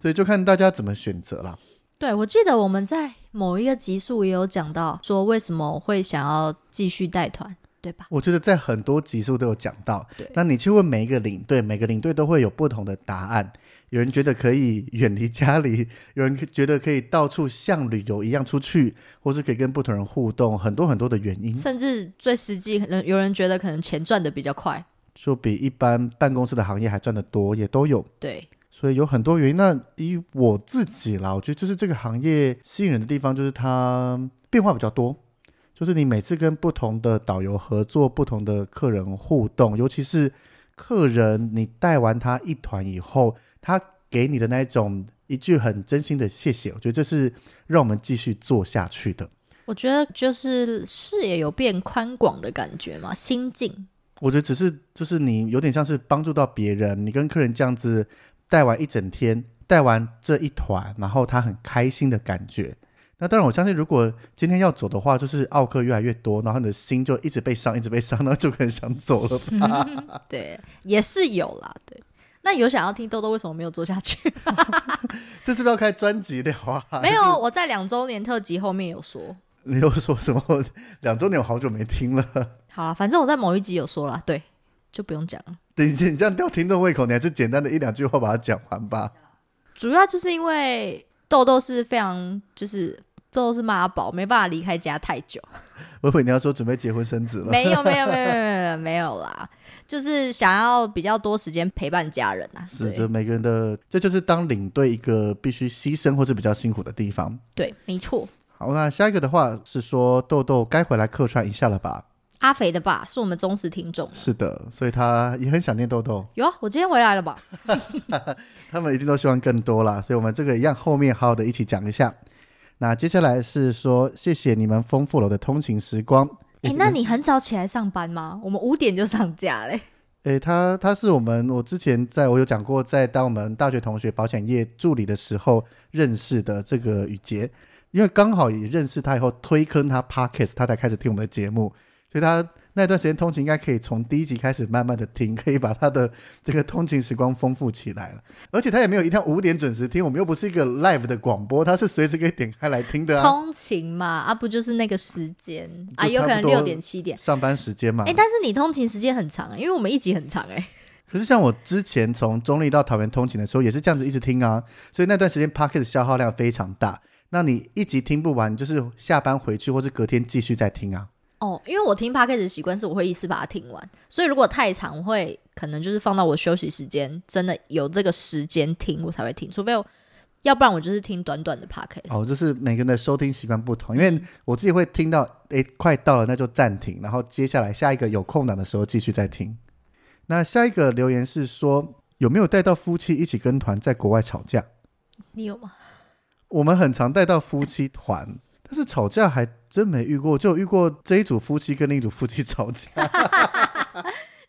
S2: 所以就看大家怎么选择啦。
S1: 对，我记得我们在某一个集数也有讲到，说为什么会想要继续带团，对吧？
S2: 我觉得在很多集数都有讲到
S1: 对，
S2: 那你去问每一个领队，每个领队都会有不同的答案。有人觉得可以远离家里，有人觉得可以到处像旅游一样出去，或是可以跟不同人互动，很多很多的原因，
S1: 甚至最实际，可能有人觉得可能钱赚的比较快，
S2: 就比一般办公室的行业还赚得多，也都有。
S1: 对，
S2: 所以有很多原因。那以我自己啦，我觉得就是这个行业吸引人的地方，就是它变化比较多，就是你每次跟不同的导游合作、不同的客人互动，尤其是客人你带完他一团以后，他给你的那一种一句很真心的谢谢，我觉得这是让我们继续做下去的。
S1: 我觉得就是视野有变宽广的感觉嘛，心境。
S2: 我觉得只是就是你有点像是帮助到别人，你跟客人这样子带完一整天，带完这一团，然后他很开心的感觉。那当然，我相信如果今天要走的话，就是奥克越来越多，然后你的心就一直被伤，一直被伤，然后就很想走了吧。
S1: 对，也是有啦，对。那有想要听豆豆为什么没有做下去？
S2: 这是不是要开专辑聊啊？
S1: 没有，我在两周年特辑后面有说。
S2: 你又说什么？两周年我好久没听了。
S1: 好啦，反正我在某一集有说啦，对，就不用讲了。
S2: 等一下，你这样吊听众胃口，你还是简单的一两句话把它讲完吧。
S1: 主要就是因为豆豆是非常就是豆豆是妈宝，没办法离开家太久。
S2: 我以为你要说准备结婚生子了，
S1: 没有没有没有没有没有没有啦，就是想要比较多时间陪伴家人啊。
S2: 是
S1: 对
S2: 这每个人的，这就是当领队一个必须牺牲或是比较辛苦的地方。
S1: 对，没错。
S2: 好，那下一个的话是说豆豆该回来客串一下了吧？
S1: 阿肥的爸是我们忠实听众。
S2: 是的，所以他也很想念豆豆，
S1: 有啊，我今天回来了吧？
S2: 他们一定都希望更多啦，所以我们这个一样后面好好的一起讲一下。那接下来是说谢谢你们丰富了我的通勤时光。
S1: 哎、那你很早起来上班吗？我们五点就上架嘞。
S2: 诶，他他是我们我之前在我有讲过，在当我们大学同学保险业助理的时候认识的这个雨杰，因为刚好也认识他以后推坑他 podcast，他才开始听我们的节目，所以他那段时间通勤应该可以从第一集开始慢慢的听，可以把他的这个通勤时光丰富起来了。而且他也没有一定要五点准时听，我们又不是一个 live 的广播，他是随时可以点开来听的啊，
S1: 通勤嘛，啊不就是那个时间
S2: 就
S1: 啊，有可
S2: 差
S1: 能
S2: 不多啊
S1: 六点七点。
S2: 上班时间嘛。
S1: 哎、但是你通勤时间很长、欸，因为我们一集很长哎、
S2: 可是像我之前从中立到桃园通勤的时候，也是这样子一直听啊，所以那段时间 p o c k e t 消耗量非常大。那你一集听不完，你就是下班回去或是隔天继续再听啊。
S1: 哦，因为我听 podcast 的习惯是我会一次把它听完，所以如果太长，我会可能就是放到我休息时间，真的有这个时间听我才会听，除非我要不然我就是听短短的 podcast。
S2: 哦，就是每个人的收听习惯不同，因为我自己会听到，诶，快到了那就暂停，然后接下来下一个有空档的时候继续再听。那下一个留言是说，有没有带到夫妻一起跟团在国外吵架？
S1: 你有吗？
S2: 我们很常带到夫妻团，但是吵架还真没遇过，就有遇过这一组夫妻跟另一组夫妻 吵架。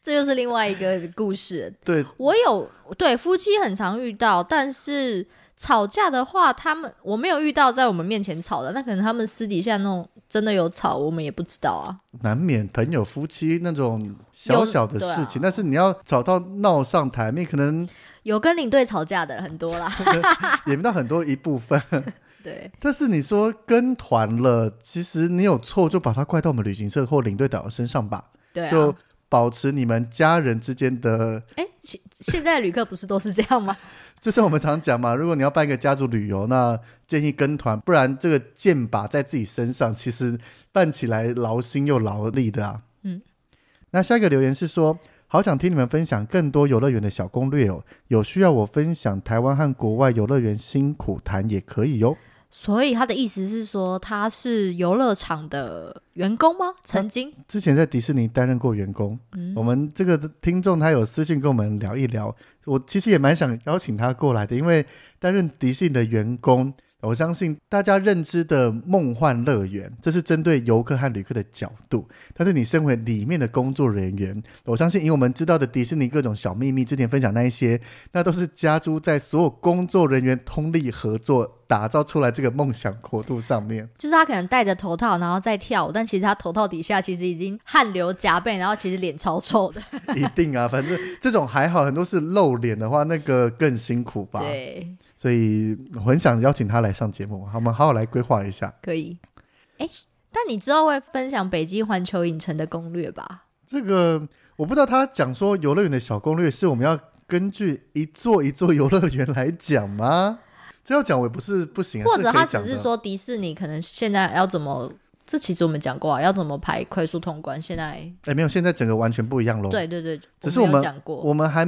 S1: 这又是另外一个故事。
S2: 对，
S1: 我有对夫妻很常遇到，但是吵架的话，他们我没有遇到在我们面前吵的，那可能他们私底下那种真的有吵，我们也不知道啊。
S2: 难免朋友夫妻那种小小的事情，
S1: 有对啊
S2: 但是你要找到闹上台面，可能
S1: 有跟领队吵架的很多啦，
S2: 也不到很多一部分。
S1: 对。
S2: 但是你说跟团了，其实你有错就把它怪到我们旅行社或领队导游身上吧，
S1: 对啊
S2: 就，保持你们家人之间的，
S1: 哎，其现在旅客不是都是这样吗？
S2: 就像我们常讲嘛，如果你要办一个家族旅游，那建议跟团，不然这个剑拔在自己身上，其实办起来劳心又劳力的啊。
S1: 嗯，
S2: 那下一个留言是说，好想听你们分享更多游乐园的小攻略哦，有需要我分享台湾和国外游乐园辛苦谈也可以哦哟。
S1: 所以他的意思是说，他是游乐场的员工吗？曾经，
S2: 之前在迪士尼担任过员工，
S1: 嗯
S2: 我们这个听众他有私信跟我们聊一聊，我其实也蛮想邀请他过来的，因为担任迪士尼的员工，我相信大家认知的梦幻乐园，这是针对游客和旅客的角度。但是你身为里面的工作人员，我相信以我们知道的迪士尼各种小秘密，之前分享那一些，那都是加诸在所有工作人员通力合作打造出来这个梦想国度上面。
S1: 就是他可能戴着头套，然后再跳舞，但其实他头套底下其实已经汗流浃背，然后其实脸超臭的。
S2: 一定啊，反正这种还好，很多是露脸的话，那个更辛苦吧。
S1: 对，
S2: 所以我很想邀请他来上节目，好我们好好来规划一下。
S1: 可以。哎、但你之后会分享北极环球影城的攻略吧？
S2: 这个我不知道他讲说游乐园的小攻略是我们要根据一座一座游乐园来讲吗？这要讲我也不是不行、啊，
S1: 或者
S2: 可以
S1: 他
S2: 讲
S1: 只是
S2: 的
S1: 说迪士尼可能现在要怎么？这其实我们讲过啊，要怎么排快速通关？现在
S2: 哎没有，现在整个完全不一样喽。，
S1: 对对对，
S2: 哦只是
S1: 我
S2: 我
S1: 有
S2: 们
S1: 讲过，
S2: 我们还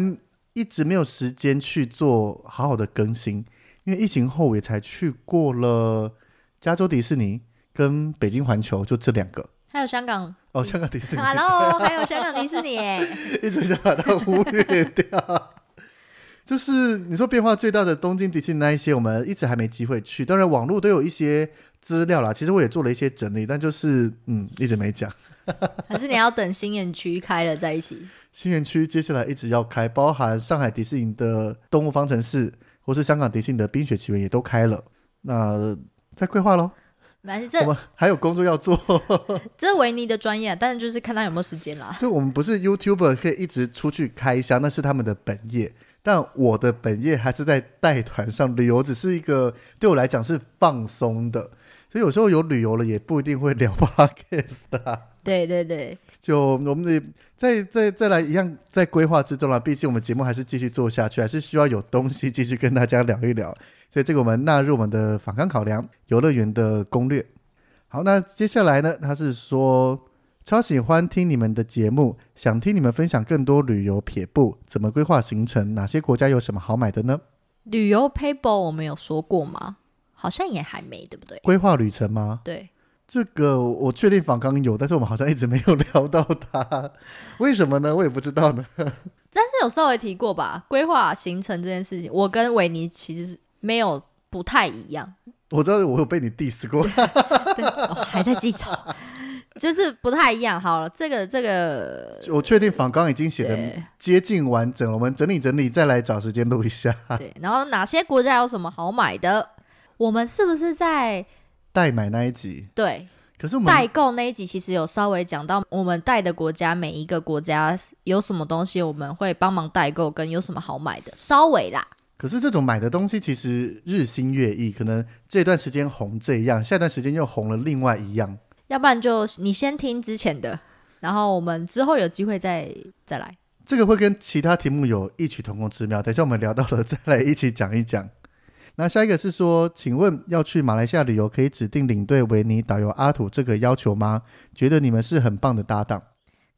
S2: 一直没有时间去做好好的更新，因为疫情后我也才去过了加州迪士尼跟北京环球，就这两个。
S1: 还有香港
S2: 哦，香港迪士尼，
S1: ，Hello，还有香港迪士尼耶，
S2: 一直想把它忽略掉。 就是你说变化最大的东京迪士尼那一些，我们一直还没机会去。当然，网络都有一些资料啦，其实我也做了一些整理，但就是嗯，一直没讲。
S1: 还是你要等新园区开了再一起？
S2: 新园区接下来一直要开，包含上海迪士尼的动物方程式，或是香港迪士尼的冰雪奇缘也都开了。那再规划喽，
S1: 没关系，
S2: 我
S1: 这
S2: 们还有工作要做。
S1: 这是维尼的专业啊，但是就是看他有没有时间啦。
S2: 就我们不是 YouTuber 可以一直出去开箱，那是他们的本业。但我的本业还是在带团上旅游，只是一个对我来讲是放松的，所以有时候有旅游了也不一定会聊 podcast 的啊、
S1: 对对对，
S2: 就我们也再再再来一样，在规划之中啊啦。毕竟我们节目还是继续做下去，还是需要有东西继续跟大家聊一聊。 所以这个我们纳入我们的反抗考量，游乐园的攻略。好，那接下来呢？他是说超喜欢听你们的节目，想听你们分享更多旅游撇步，怎么规划行程，哪些国家有什么好买的呢？
S1: 旅游 paper 我们有说过吗？好像也还没，对不对？
S2: 规划旅程吗？
S1: 对，
S2: 这个我确定访刚有，但是我们好像一直没有聊到它， 为什么呢？我也不知道呢。
S1: 但是有稍微提过吧，规划行程这件事情，我跟维尼其实是没有不太一样，
S2: 我知道我有被你 diss 过，
S1: 对，哦、还在记仇， 就是不太一样。好了，这个这个，
S2: 我确定访纲已经写的
S1: 对
S2: 接近完整了，我们整理整理，再来找时间录一下。
S1: 对，然后哪些国家有什么好买的？我们是不是在
S2: 代买那一集，
S1: 对
S2: 可是我
S1: 代
S2: 们
S1: 购那一集其实有稍微讲到，我们带的国家每一个国家有什么东西我们会帮忙代购，跟有什么好买的，稍微啦。
S2: 可是这种买的东西其实日新月异，可能这段时间红这样，下段时间又红了另外一样。
S1: 要不然就你先听之前的，然后我们之后有机会再再来。
S2: 这个会跟其他题目有异曲同工之妙。等一下我们聊到了，再来一起讲一讲。那下一个是说，请问要去马来西亚旅游，可以指定领队维尼、导游阿土这个要求吗？觉得你们是很棒的搭档。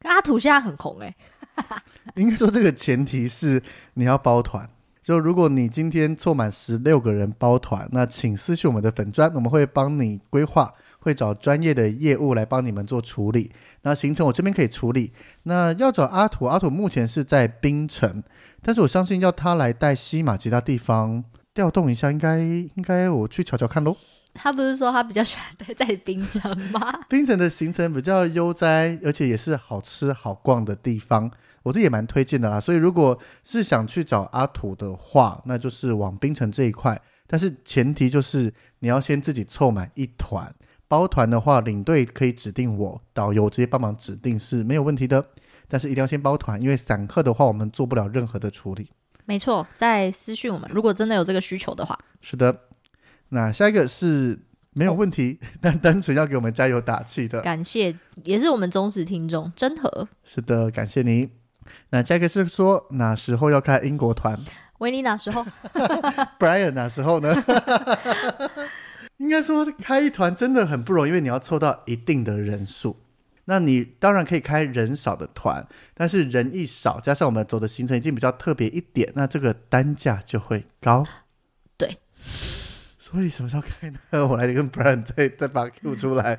S1: 可阿土现在很红哎、
S2: 应该说这个前提是你要包团。就如果你今天凑满十六个人包团，那请私讯我们的粉砖，我们会帮你规划，会找专业的业务来帮你们做处理。那行程我这边可以处理，那要找阿土，阿土目前是在槟城，但是我相信要他来带西马其他地方调动一下，应该应该我去瞧瞧看喽。
S1: 他不是说他比较喜欢待在槟城吗？
S2: 槟城的行程比较悠哉，而且也是好吃好逛的地方，我这也蛮推荐的啦。所以如果是想去找阿土的话，那就是往槟城这一块，但是前提就是你要先自己凑满一团。包团的话，领队可以指定我，导游直接帮忙指定是没有问题的。但是一定要先包团，因为散客的话，我们做不了任何的处理。
S1: 没错，在私讯我们，如果真的有这个需求的话，
S2: 是的，那下一个是没有问题， 但单纯要给我们加油打气的。
S1: 感谢也是我们忠实听众真和
S2: 是的，感谢你。那下一个是说哪时候要开英国团
S1: 维尼那时候
S2: ？Brian 哪时候呢？应该说开一团真的很不容易，因为你要凑到一定的人数。那你当然可以开人少的团，但是人一少，加上我们走的行程已经比较特别一点，那这个单价就会高。
S1: 对，
S2: 所以什么时候开呢？ 我来跟 Brian 再再把 Q 出来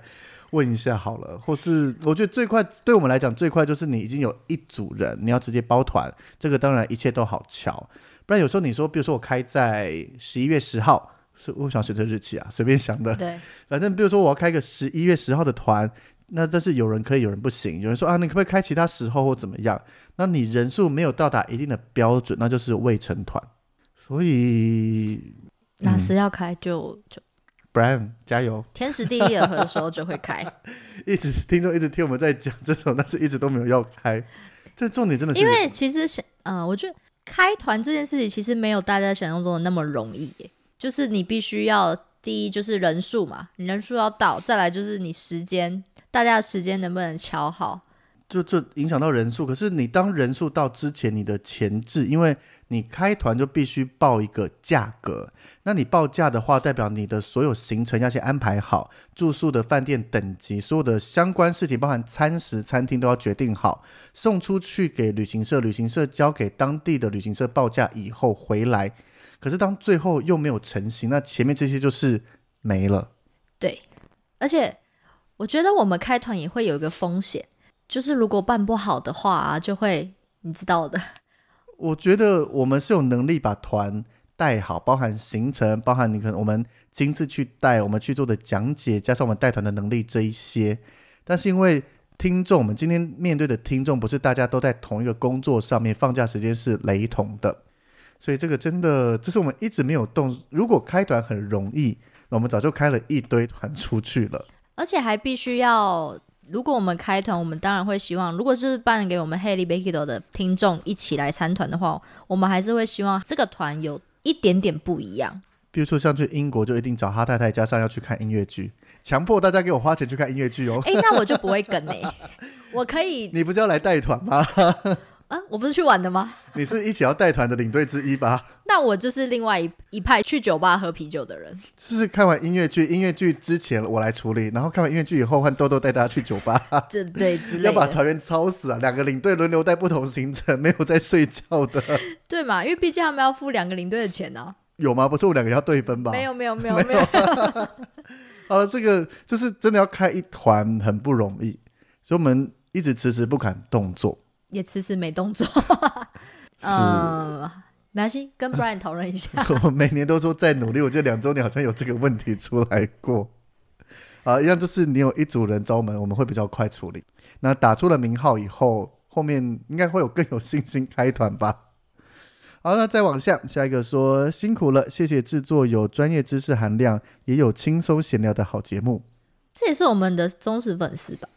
S2: 问一下好了，或是我觉得最快对我们来讲最快就是你已经有一组人，你要直接包团，这个当然一切都好瞧。不然有时候你说，比如说我开在十一月十号，是我想选择日期啊，随便想的。
S1: 对，
S2: 反正比如说我要开个十一月十号的团，那但是有人可以，有人不行。有人说啊，你可不可以开其他时候或怎么样？那你人数没有到达一定的标准，那就是未成团。所以
S1: 哪时要开就就
S2: ，Brian 加油！
S1: 天时地利人和的时候就会开，
S2: 一直听众一直听我们在讲这种，但是一直都没有要开。这重点真的是
S1: 因为其实想，呃，我觉得开团这件事情其实没有大家想象中的那么容易耶，就是你必须要第一就是人数嘛，你人数要到，再来就是你时间，大家的时间能不能瞧好？
S2: 就就影响到人数。可是你当人数到之前，你的前置，因为你开团就必须报一个价格。那你报价的话，代表你的所有行程要先安排好，住宿的饭店等级，所有的相关事情，包含餐食、餐厅都要决定好，送出去给旅行社，旅行社交给当地的旅行社报价以后回来。可是当最后又没有成型，那前面这些就是没了。
S1: 对，而且我觉得我们开团也会有一个风险，就是如果办不好的话、啊，就会你知道的，
S2: 我觉得我们是有能力把团带好，包含行程，包含你可能我们亲自去带，我们去做的讲解，加上我们带团的能力这一些。但是因为听众，我们今天面对的听众不是大家都在同一个工作上面，放假时间是雷同的，所以这个真的，这是我们一直没有动。如果开团很容易，那我们早就开了一堆团出去了。
S1: 而且还必须要，如果我们开团，我们当然会希望，如果就是办给我们 Haley Bakido 的听众一起来参团的话，我们还是会希望这个团有一点点不一样。
S2: 比如说像去英国，就一定找哈太太，加上要去看音乐剧，强迫大家给我花钱去看音乐剧哦。
S1: 哎、那我就不会跟哎、我可以，
S2: 你不是要来带团吗？
S1: 啊，我不是去玩的吗？
S2: 你是一起要带团的领队之一吧？
S1: 那我就是另外一一派去酒吧喝啤酒的人。
S2: 就是看完音乐剧，音乐剧之前我来处理，然后看完音乐剧以后换豆豆带大家去酒吧，
S1: 这对之类
S2: 啊要把
S1: 的，
S2: 团员操死啊！两个领队轮流带不同行程，没有在睡觉 的，
S1: 对嘛？因为毕竟他们要付两个领队的钱啊呢、
S2: 有吗？不是我们两个要对分吧？
S1: 没。有，没有，没有，没有。
S2: 好了，这个就是真的要开一团很不容易，所以我们一直迟迟不敢动作。
S1: 也迟迟没动作。
S2: 是
S1: 呃，没关系， 跟 Brian 讨论一下。
S2: 我每年都说再努力，我记得两周年好像有这个问题出来过。啊，一样就是你有一组人招门，我们会比较快处理。那打出了名号以后，后面应该会有更有信心开团吧。好，那再往下，下一个说辛苦了，谢谢制作有专业知识含量，也有轻松闲聊的好节目。
S1: 这也是我们的忠实粉丝吧，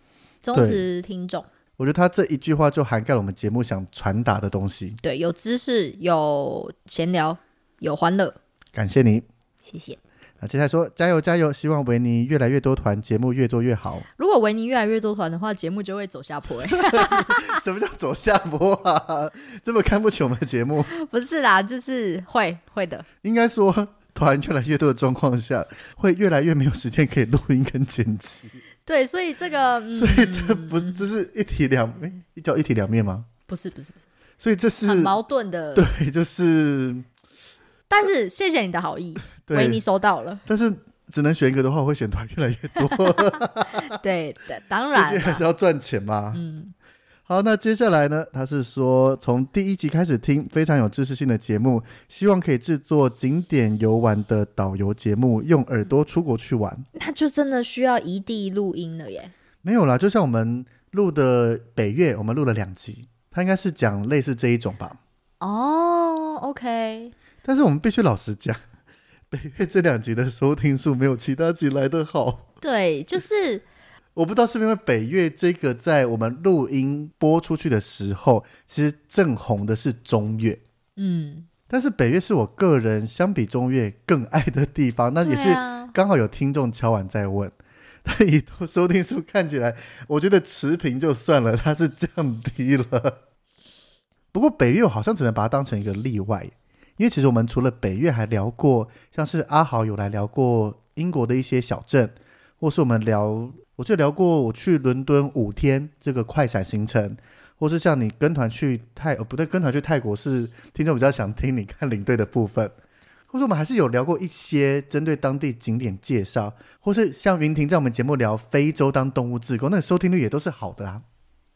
S1: 忠实听众。
S2: 我觉得他这一句话就涵盖了我们节目想传达的东西。
S1: 对，有知识，有闲聊，有欢乐，
S2: 感谢你。
S1: 谢谢。
S2: 啊，接下来说加油加油，希望维尼越来越多团，节目越做越好。
S1: 如果维尼越来越多团的话，节目就会走下 坡、欸。
S2: 什么叫走下坡啊？这么看不起我们的节目？
S1: 不是啦，就是会会的。
S2: 应该说，团越来越多的状况下，会越来越没有时间可以录音跟剪辑，
S1: 对，所以这个， 嗯、
S2: 所以这不是这是一体两诶叫一体两面吗？
S1: 不是不是不是
S2: 所以这是
S1: 很矛盾的。
S2: 对，就是
S1: 但是谢谢你的好意，维尼
S2: 对，
S1: 收到了。
S2: 但是只能选一个的话，我会选团越来越多，
S1: 对，当
S2: 毕
S1: 然
S2: 竟还是
S1: 啦，
S2: 要赚钱嘛。
S1: 嗯。
S2: 好，那接下来呢？他是说从第一集开始听，非常有知识性的节目，希望可以制作景点游玩的导游节目，用耳朵出国去玩。
S1: 那就真的需要一地录音了耶。
S2: 没有啦，就像我们录的北越，我们录了两集，它应该是讲类似这一种吧。
S1: 哦，OK，
S2: 但是我们必须老实讲， 北越这两集的收听数没有其他集来的好。
S1: 对，就是
S2: 我不知道是不是因为北越这个在我们录音播出去的时候，其实正红的是中越。
S1: 嗯，
S2: 但是北越是我个人相比中越更爱的地方，那也
S1: 对
S2: 是
S1: 啊
S2: 刚好有听众敲碗在问， 但以收听数看起来，我觉得持平就算了，它是降低了。不过北越我好像只能把它当成一个例外，因为其实我们除了北越还聊过，像是阿豪有来聊过英国的一些小镇，或是我们聊，我就聊过我去伦敦五天这个快闪行程，或是像你跟团去泰，呃不对，跟团去泰国是听众比较想听你看领队的部分，或是我们还是有聊过一些针对当地景点介绍，或是像云婷在我们节目聊非洲当动物志工，那个收听率也都是好的啊。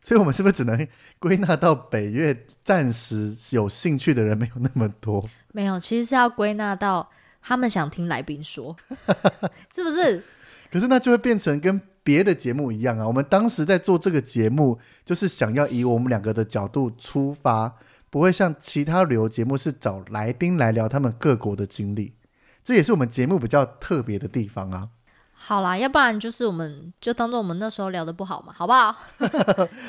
S2: 所以，我们是不是只能归纳到北越暂时有兴趣的人没有那么多？
S1: 没有，其实是要归纳到他们想听来宾说， 是不是？
S2: 可是那就会变成跟别的节目一样啊。我们当时在做这个节目，就是想要以我们两个的角度出发，不会像其他旅游节目是找来宾来聊他们各国的经历。这也是我们节目比较特别的地方啊！
S1: 好啦，要不然就是我们就当做我们那时候聊的不好嘛，好不好？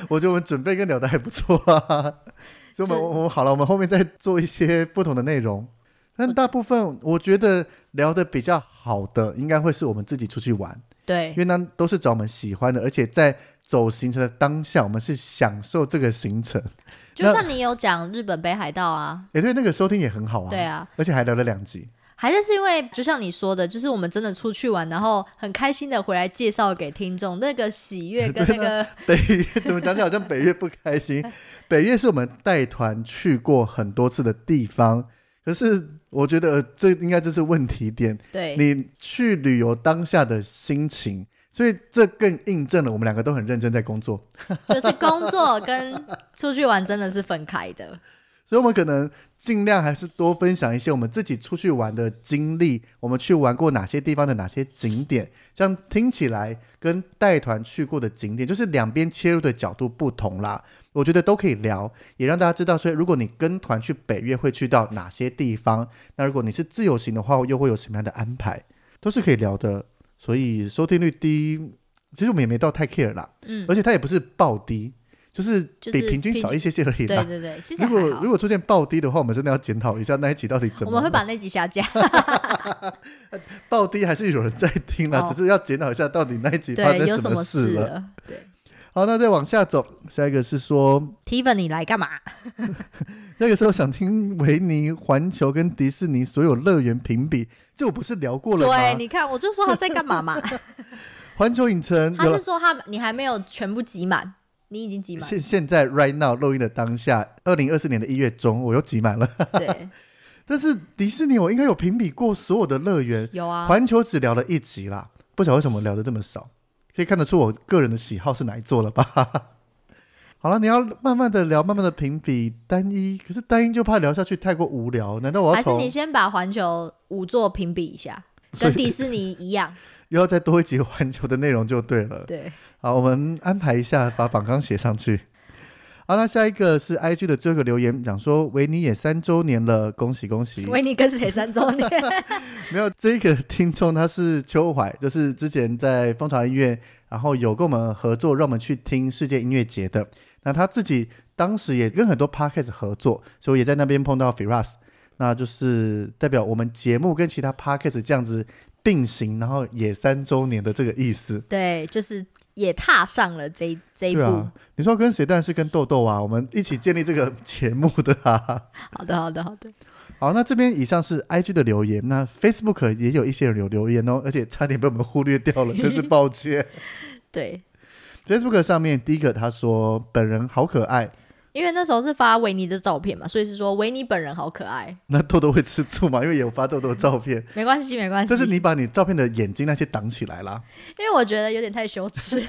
S2: 我觉得我们准备跟聊的还不错啊，所以我们
S1: 就
S2: 我们好了，我们后面再做一些不同的内容。但大部分我觉得聊的比较好的，应该会是我们自己出去玩，
S1: 对
S2: 因，为那都是找我们喜欢的，而且在走行程的当下，我们是享受这个行程。
S1: 就算你有讲日本北海道啊，
S2: 也对，那个收听也很好啊。
S1: 对，啊，
S2: 而且还聊了两集。
S1: 还是是因为就像你说的，就是我们真的出去玩，然后很开心的回来介绍给听众，那个喜悦跟那
S2: 对
S1: 个
S2: 北越怎么讲起来好像北越不开 心？北越是我们带团去过很多次的地方，可是我觉得呃这应该就是问题点。
S1: 对
S2: 啊你去旅游当下的心情，所以这更印证了我们两个都很认真在工作。
S1: 就是工作跟出去玩真的是分开的。
S2: 所以我们可能尽量还是多分享一些我们自己出去玩的经历，我们去玩过哪些地方的哪些景点，这样听起来跟带团去过的景点，就是两边切入的角度不同啦。我觉得都可以聊，也让大家知道说，如果你跟团去北越会去到哪些地方，那如果你是自由行的话，又会有什么样的安排，都是可以聊的。所以收听率低，其实我们也没到太 care 啦，
S1: 嗯，
S2: 而且它也不是暴低，就是
S1: 就是
S2: 比平均
S1: 平
S2: 少一些些而已啦。
S1: 对对对，其实
S2: 如果
S1: 还好
S2: 如。果出现暴跌的话，我们真的要检讨一下那一集到底怎
S1: 我
S2: 么了。
S1: 们会把那集下架，
S2: 暴跌还是有人在听啦，
S1: 哦
S2: 只是要检讨一下到底那一集发
S1: 对，
S2: 生
S1: 有什
S2: 么
S1: 事
S2: 了。
S1: 了？对
S2: 好，那再往下走，下一个是说，
S1: ，Tiffany 你来干嘛？
S2: 那个时候想听维尼、环球跟迪士尼所有乐园评比，这我不是聊过了
S1: 对，
S2: 吗？
S1: 你看，我就说他在干嘛 嘛。
S2: 环球影城
S1: 他
S2: 有
S1: 是
S2: 了
S1: 说他你还没有全部挤满，你已经挤满。
S2: 现现在 right now 录音的当下，二零二四年的一月中，我又挤满了。
S1: 对，
S2: 但是迪士尼我应该有评比过所有的乐园，
S1: 有啊，
S2: 环球只聊了一集啦，不晓得为什么聊的这么少，可以看得出我个人的喜好是哪一座了吧？ 好了，你要慢慢的聊，慢慢的评比单一，可是单一就怕聊下去太过无聊，难道我要
S1: 还是
S2: 从
S1: 你先把环球五座评比 一下，
S2: 所
S1: 跟
S2: 以
S1: 迪士尼一样。
S2: 又要再多一集环球的内容就对了？
S1: 对，
S2: 好，我们安排一下，把榜纲写上去。好，那下一个是 IG 的最后一个留言，讲说维尼也三周年了，恭喜恭喜！
S1: 维尼跟谁三周 年？
S2: 没有这个听众，他是邱怀，就是之前在蜂巢音乐，然后有跟我们合作，让我们去听世界音乐节的。那他自己当时也跟很多 podcast 合作，所以也在那边碰到 Firas，那就是代表我们节目跟其他 podcast 这样子并行，然后也三周年的这个意思。
S1: 对，就是也踏上了这一这一步。
S2: 对啊，你说跟谁？当然是跟豆豆啊，我们一起建立这个节目的啊。
S1: 好的，好的，好的。
S2: 好，那这边以上是 IG 的留言，那 Facebook 也有一些人有留言哦，而且差点被我们忽略掉了，真是抱歉。
S1: 对，
S2: Facebook 上面第一个他说本人好可爱，
S1: 因为那时候是发维尼的照片嘛，所以是说维尼本人好可爱。
S2: 那豆豆会吃醋吗？因为有发豆豆的照片，
S1: 没关系，没关系。
S2: 但是你把你照片的眼睛那些挡起来啦，
S1: 因为我觉得有点太羞耻。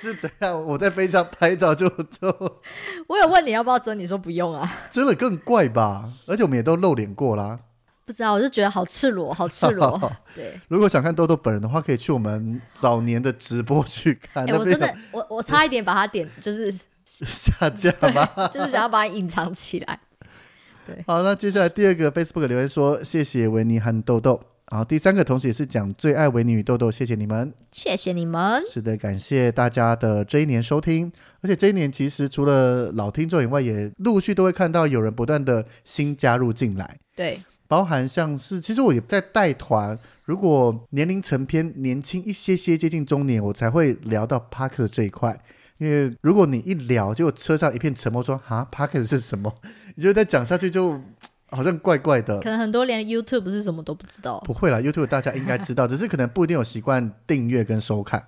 S2: 是怎样？我在飞机上拍照就就
S1: 我有问你要不要遮，你说不用啊。
S2: 真的更怪吧？而且我们也都露脸过啦。
S1: 不知道，我就觉得好赤裸， 好赤裸。对，
S2: 如果想看豆豆本人的话，可以去我们早年的直播去看，
S1: 哎、
S2: 那
S1: 我
S2: 边
S1: 真
S2: 有
S1: 的，我我差一点把它 点，就是
S2: 下架吗？
S1: 就是想要把它隐藏起来。
S2: 好，那接下来第二个 Facebook 留言说谢谢维尼和豆豆，然后第三个同时也是讲最爱维尼与豆豆，谢谢你们。
S1: 谢谢你们，
S2: 是的，感谢大家的这一年收听，而且这一年其实除了老听众以外，也陆续都会看到有人不断的新加入进来，
S1: 对
S2: 包含像是其实我也在带团，如果年龄层偏年轻一些些，接近中年，我才会聊到 Parker 这一块。因为如果你一聊，就车上一片沉默说，哈 p a r k e r 是什么？ 你就再讲下去就好像怪怪的
S1: 可。能很多连 YouTube 是什么都不知道。
S2: 不会啦，YouTube 大家应该知道，只是可能不一定有习惯订阅跟收看。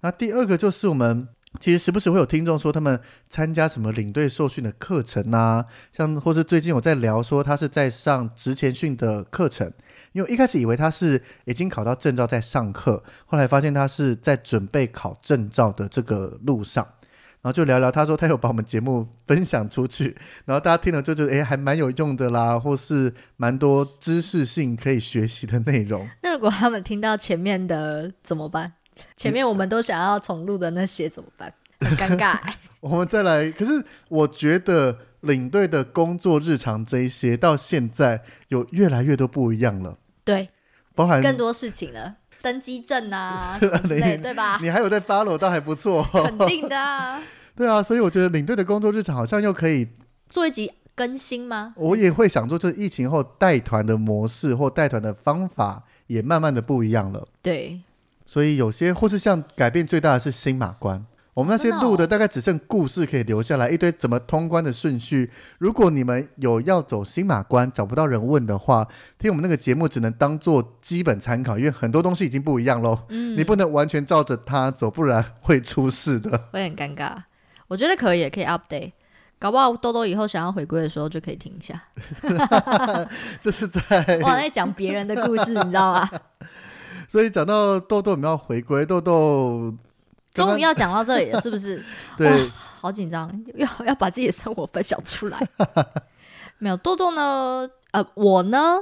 S2: 那第二个就是我们其实时不时会有听众说他们参加什么领队受训的课程啊，像或是最近我在聊说他是在上职前训的课程，因为我一开始以为他是已经考到证照在上课，后来发现他是在准备考证照的这个路上。然后就聊聊，他说他有把我们节目分享出去，然后大家听了就觉得哎还蛮有用的啦，或是蛮多知识性可以学习的内容。
S1: 那如果他们听到前面的怎么 办？前面我们都想要重录的那些怎么办？很尴尬、 欸。
S2: 我们再来，可是我觉得领队的工作日常这一些到现在有越来越多不一样了，
S1: 对，
S2: 包含
S1: 更多事情了，登机证 啊什么之类，对吧？
S2: 你还有在 follow，倒还不错、
S1: 肯定的啊。
S2: 对啊，所以我觉得领队的工作日常好像又可以，
S1: 做一集更新吗？
S2: 我也会想做，就是疫情后带团的模式或带团的方法也慢慢的不一样了。
S1: 对，
S2: 所以有些或是像改变最大的是新马关，我们那些
S1: 真的哦
S2: 录的大概只剩故事可以留下来，一堆怎么通关的顺序。如果你们有要走新马关找不到人问的话，听我们那个节目只能当做基本参考，因为很多东西已经不一样喽。
S1: 嗯，
S2: 你不能完全照着它走，不然会出事的。
S1: 会很尴尬。我觉得可以，可以 update。搞不好豆豆以后想要回归的时候就可以听 一下。
S2: 这是在，
S1: 我好像在讲别人的故事，你知道 吗？
S2: 所以讲到豆豆，我们要回归豆豆。刚
S1: 终
S2: 刚
S1: 于要讲到这里了，是不是？
S2: 对
S1: 哇，好紧张，要要把自己的生活分享出 来。没有豆豆呢，呃，我呢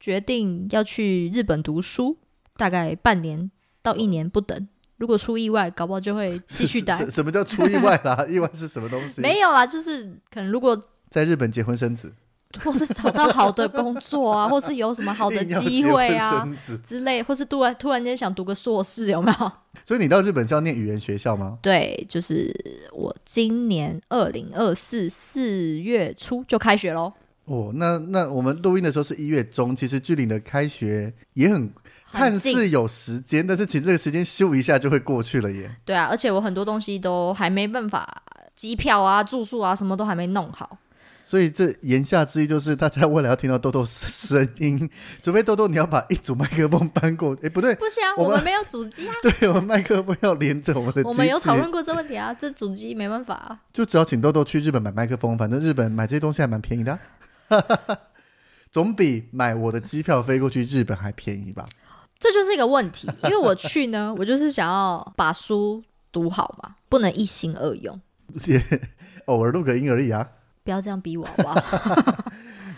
S1: 决定要去日本读书，大概半年到一年不等。如果出意外，搞不好就会继续待
S2: 什。什什么叫出意外 啦？意外是什么东西？
S1: 没有啦，就是可能如果
S2: 在日本结婚生子，
S1: 或是找到好的工 作啊，或是有什么好的
S2: 硬要
S1: 机
S2: 结婚
S1: 会啊
S2: 生子。
S1: 之类，或是突然突然间想读个硕士，有没有？
S2: 所以你到日本是要念语言学校吗？
S1: 对，就是我今年二零二四四月初就开学喽，
S2: 哦，那那我们录音的时候是一月中，其实距离你的开学也很看
S1: 很近
S2: 似有时间，但是其实这个时间咻一下就会过去了耶。
S1: 对啊，而且我很多东西都还没办法，机票啊、住宿啊，什么都还没弄好。
S2: 所以这言下之意就是，大家为了要听到豆豆声音， 除非豆豆你要把一组麦克风搬过，诶，不对，
S1: 不行啊，
S2: 我
S1: 我
S2: 们
S1: 们没有主机啊，
S2: 对，我们麦克风要连着我们的机器。
S1: 我们有讨论过这问题啊，这主机没办法、啊。
S2: 就只要请豆豆去日本买麦克风，反正日本买这些东西还蛮便宜的 啊、总比买我的机票飞过去日本还便宜吧？
S1: 这就是一个问题，因为我去呢，我就是想要把书读好嘛，不能一心二用，
S2: 也偶尔录个音而已啊。
S1: 不要这样逼我好不好？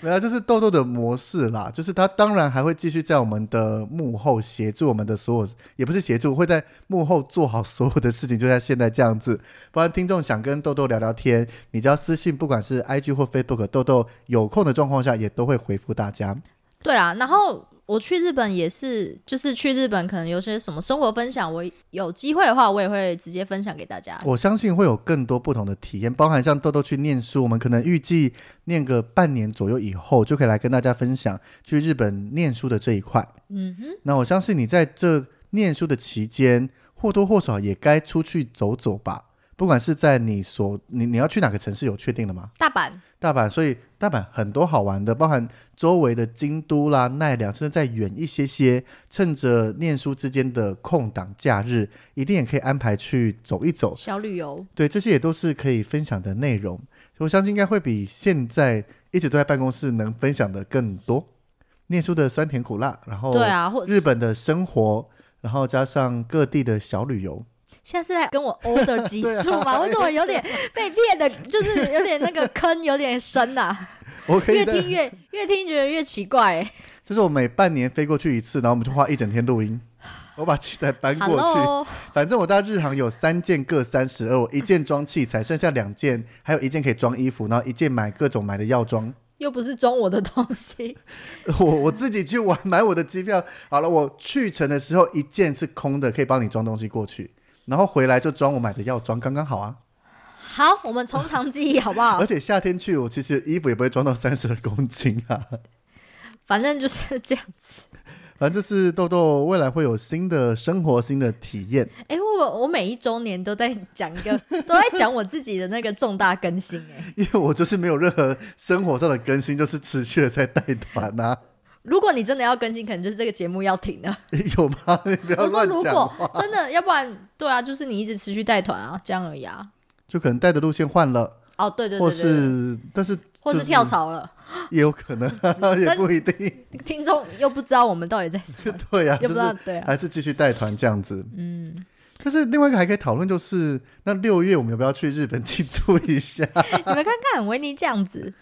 S2: 没有，啊就是豆豆的模式啦，就是他当然还会继续在我们的幕后协助我们的所有，也不是协助，会在幕后做好所有的事情，就像现在这样子。不然听众想跟豆豆聊聊天，你只要私信，不管是 IG 或 Facebook，豆豆有空的状况下也都会回复大家。
S1: 对啦，然后我去日本也是，就是去日本可能有些什么生活分享，我有机会的话，我也会直接分享给大家。
S2: 我相信会有更多不同的体验，包含像豆豆去念书，我们可能预计念个半年左右以后，就可以来跟大家分享去日本念书的这一块。
S1: 嗯哼，
S2: 那我相信你在这念书的期间，或多或少也该出去走走吧。不管是在你所你你要去哪个城市，有确定了吗？
S1: 大阪
S2: 大阪，所以大阪很多好玩的，包含周围的京都啦、奈良，甚至再远一些些，趁着念书之间的空档假日，一定也可以安排去走一走。
S1: 小旅游，
S2: 对，这些也都是可以分享的内容。我相信应该会比现在一直都在办公室能分享的更多。念书的酸甜苦辣，然后
S1: 对啊，或
S2: 哦日本的生活，然后加上各地的小旅 游，
S1: 现在是在跟我 order 级
S2: 啊
S1: 数吗？我怎么有点被骗的，就是有点那个坑有点深呐、
S2: 我 可以
S1: 越
S2: 在
S1: 听越越听觉得越奇怪、欸。
S2: 就是我每半年飞过去一次，然后我们就花一整天录 音，我把器材搬过去。
S1: Hello，
S2: 反正我大日航有三件各三十二，我一件装器材，剩下两件还有一件可以装衣服，然后一件买各种买的药妆。
S1: 又不是中我的东西，
S2: 我我自己去玩买我的机票，好了，我去程的时候一件是空的，可以帮你装东西过去，然后回来就装我买的药妆，刚刚好啊。
S1: 好，我们从长计议好 不好
S2: 而？且夏天去，我其实衣服也不会装到三十二公斤啊。
S1: 反正就是这样子。
S2: 反正就是豆豆未来会有新的生活、新的体验。
S1: 哎、我我每一周年都在讲一个，都在讲我自己的那个重大更新、欸。
S2: 因为我就是没有任何生活上的更新，就是持续的在带团啊呐，
S1: 如果你真的要更新，可能就是这个节目要停了。
S2: 有吗？ 你不要
S1: 我说
S2: 乱
S1: 如
S2: 讲
S1: 果
S2: 话。
S1: 真的，要不然对啊，就是你一直持续带团啊，这样而已啊。
S2: 就可能带的路线换了，
S1: 哦，对对
S2: 或
S1: 对对对，
S2: 是但是
S1: 或
S2: 就是
S1: 跳槽了。
S2: 也有可能， 也不一定。
S1: 听众又不知道我们到底在什么，
S2: 对啊，
S1: 又
S2: 就
S1: 不知
S2: 是
S1: 道对啊，
S2: 还是继续带团这样子。
S1: 嗯，
S2: 但是另外一个还可以讨论，就是那六月我们要不要去日本庆祝一下？
S1: 哎你们看看维尼这样子，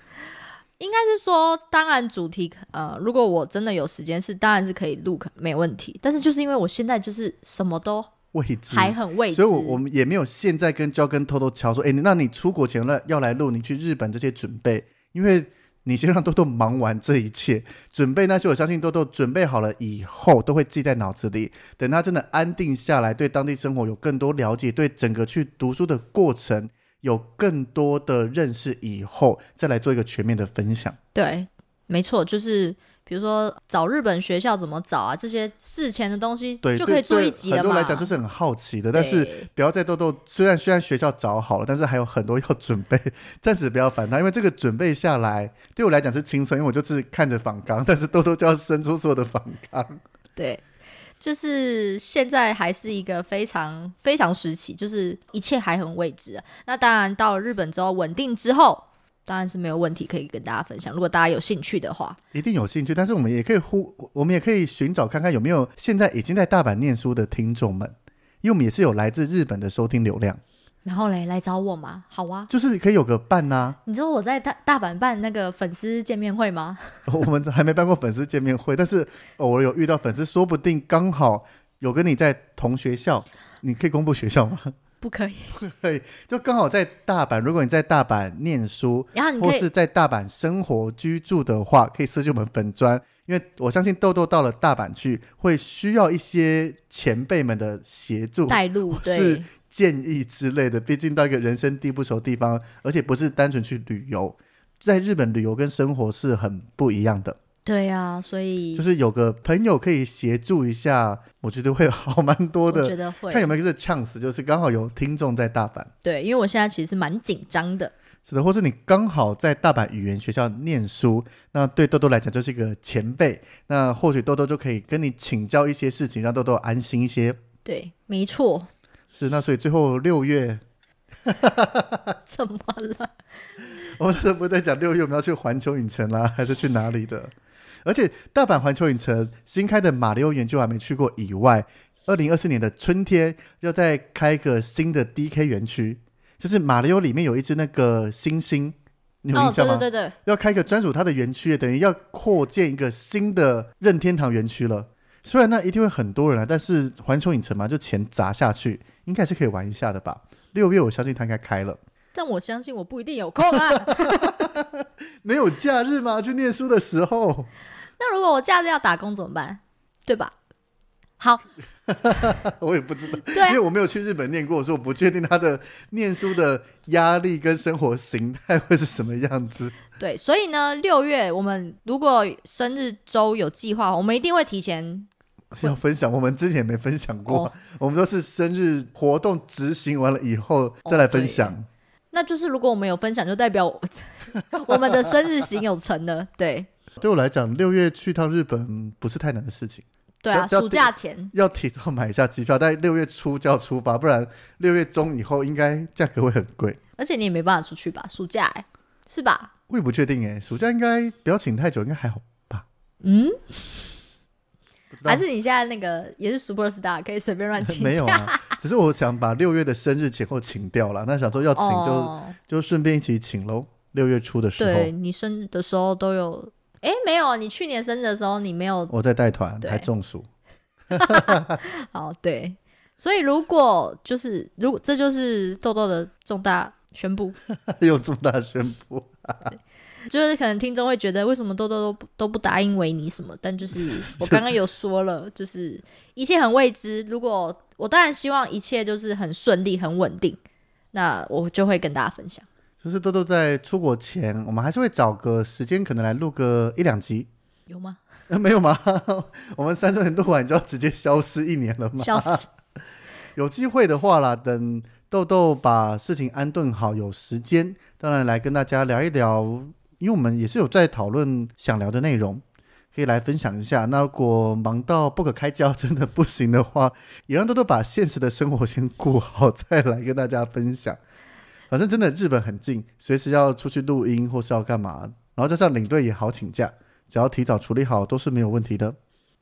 S1: 应该是说，当然主题呃，如果我真的有时间是，当然是可以录，没问题。但是就是因为我现在就是什么都
S2: 未知，
S1: 还很未知，
S2: 所以我我们也没有现在跟焦跟偷偷敲说，哎、你那你出国前了要来录你去日本这些准备，因为你先让豆豆忙完这一切，准备那些我相信豆豆准备好了以后都会记在脑子里，等他真的安定下来，对当地生活有更多了解，对整个去读书的过程有更多的认识以后，再来做一个全面的分享。
S1: 对，没错，就是比如说找日本学校怎么找啊，这些事前的东西
S2: 对，
S1: 就可
S2: 对
S1: 以做
S2: 对
S1: 一集了
S2: 很多
S1: 嘛。
S2: 来讲就是很好奇的，但是
S1: 对
S2: 不要再豆豆。虽然虽然学校找好了，但是还有很多要准备， 暂时不要烦他，因为这个准备下来对我来讲是轻松，因为我就是看着仿纲， 但是豆豆就要伸出所有的仿纲。
S1: 对，就是现在还是一个非常非常时期，就是一切还很未知、啊。那当然到了日本之后稳定之后，当然是没有问题可以跟大家分享。如果大家有兴趣的话，
S2: 一定有兴趣，但是我们也可以呼，我们也可以寻找看看有没有现在已经在大阪念书的听众们，因为我们也是有来自日本的收听流量，
S1: 然后嘞来找我嘛，好啊。
S2: 就是可以有个伴啊呐、
S1: 你知道我在大大阪办那个粉丝见面会吗？
S2: 我们还没办过粉丝见面会，但是偶尔有遇到粉丝，说不定刚好有跟你在同学校，你可以公布学校吗？
S1: 不可以。
S2: 对，就刚好在大阪。如果你在大阪念书，
S1: 然后你
S2: 或
S1: 嗯可以
S2: 是在大阪生活居住的话，可以私信我们粉砖，因为我相信豆豆到了大阪去，会需要一些前辈们的协助。
S1: 带路
S2: 或，是
S1: 对
S2: 建议之类的，毕竟到一个人生地不熟的地方，而且不是单纯去旅游，在日本旅游跟生活是很不一样的。
S1: 对啊，所以
S2: 就是有个朋友可以协助一下，我觉得会好蛮多
S1: 我觉
S2: 的。
S1: 得会
S2: 看有没有这个 chance，就是刚好有听众在大阪，
S1: 对，因为我现在其实蛮紧张的。
S2: 是的，或者你刚好在大阪语言学校念书，那对豆豆来讲就是一个前辈，那或许豆豆就可以跟你请教一些事情，让豆豆安心一些。
S1: 对，没错。
S2: 是，那所以最后六月，
S1: 怎么了？
S2: 我们这不是在讲六月我们要去环球影城啦，还是去哪里的？而且大阪环球影城新开的马里奥园就还没去过以外，二零二四年的春天要再开一个新的 DK 园区，就是马里奥里面有一只那个星星，你有
S1: 哦
S2: 印，象
S1: 对
S2: 吗？
S1: 对对对，
S2: 要开一个专属它的园区，等于要扩建一个新的任天堂园区了。虽然那一定会很多人啊，但是环球影城嘛，就钱砸下去，应该是可以玩一下的吧。六月我相信它应该开了。
S1: 但我相信我不一定有空啊。
S2: 没有假日吗？去念书的时候，
S1: 那如果我假日要打工怎么办？对吧？好，
S2: 我也不知道，
S1: 对
S2: 因
S1: 啊
S2: 为我没有去日本念过，所以我不确定他的念书的压力跟生活形态会是什么样子。
S1: 对，所以呢，六月我们如果生日周有计划，我们一定会提前。
S2: 是要分享，我们之前也没分享过，
S1: 哦
S2: 我们都是生日活动执行完了以后再来分
S1: 哦
S2: 享。
S1: 那就是如果我们有分享，就代表我 我们的生日行有成了。对
S2: 对我来讲，六月去趟日本不是太难的事情，
S1: 对啊，
S2: 只要
S1: 暑假前
S2: 要提早买一下机票，在六月初就要出发，不然六月中以后应该价格会很贵。
S1: 而且你也没办法出去吧？暑假、欸、是吧？
S2: 我也不确定哎，暑假应该不要请太久，应该还好吧？
S1: 嗯，
S2: 不知道
S1: 还是你现在那个也是 super star，可以 随便乱请假？
S2: 没有啊，只是我想把六月的生日前后请掉了，那想说要请就、
S1: 哦，
S2: 就顺便一起请喽。六月初的时
S1: 对
S2: 候，
S1: 你生日的时候都有。哎、没有，你去年生日的时候你没有
S2: 我在带团
S1: 对
S2: 还中暑，
S1: 好，哦对，所以如果就是如果这就是豆豆的重大宣布，
S2: 又重大宣布，
S1: 就是可能听众会觉得为什么豆豆都不都不答应维尼什么，但就是我刚刚有说了，就是一切很未知。如果我当然希望一切就是很顺利、很稳定，那我就会跟大家分享。
S2: 就是豆豆在出国前，我们还是会找个时间，可能来录个一两集。
S1: 有吗？
S2: 呃 没有吗？我们三周年录完就要直接消失一年了吗？
S1: 笑死！
S2: 有机会的话啦，等豆豆把事情安顿好，有时间，当然来跟大家聊一聊，因为我们也是有在讨论想聊的内容，可以来分享一下。那如果忙到不可开交，真的不行的话，也让豆豆把现实的生活先顾好，再来跟大家分享。 反正真的日本很近，随时要出去录音或是要干嘛，然后加上领队也好请假，只要提早处理好都是没有问题的。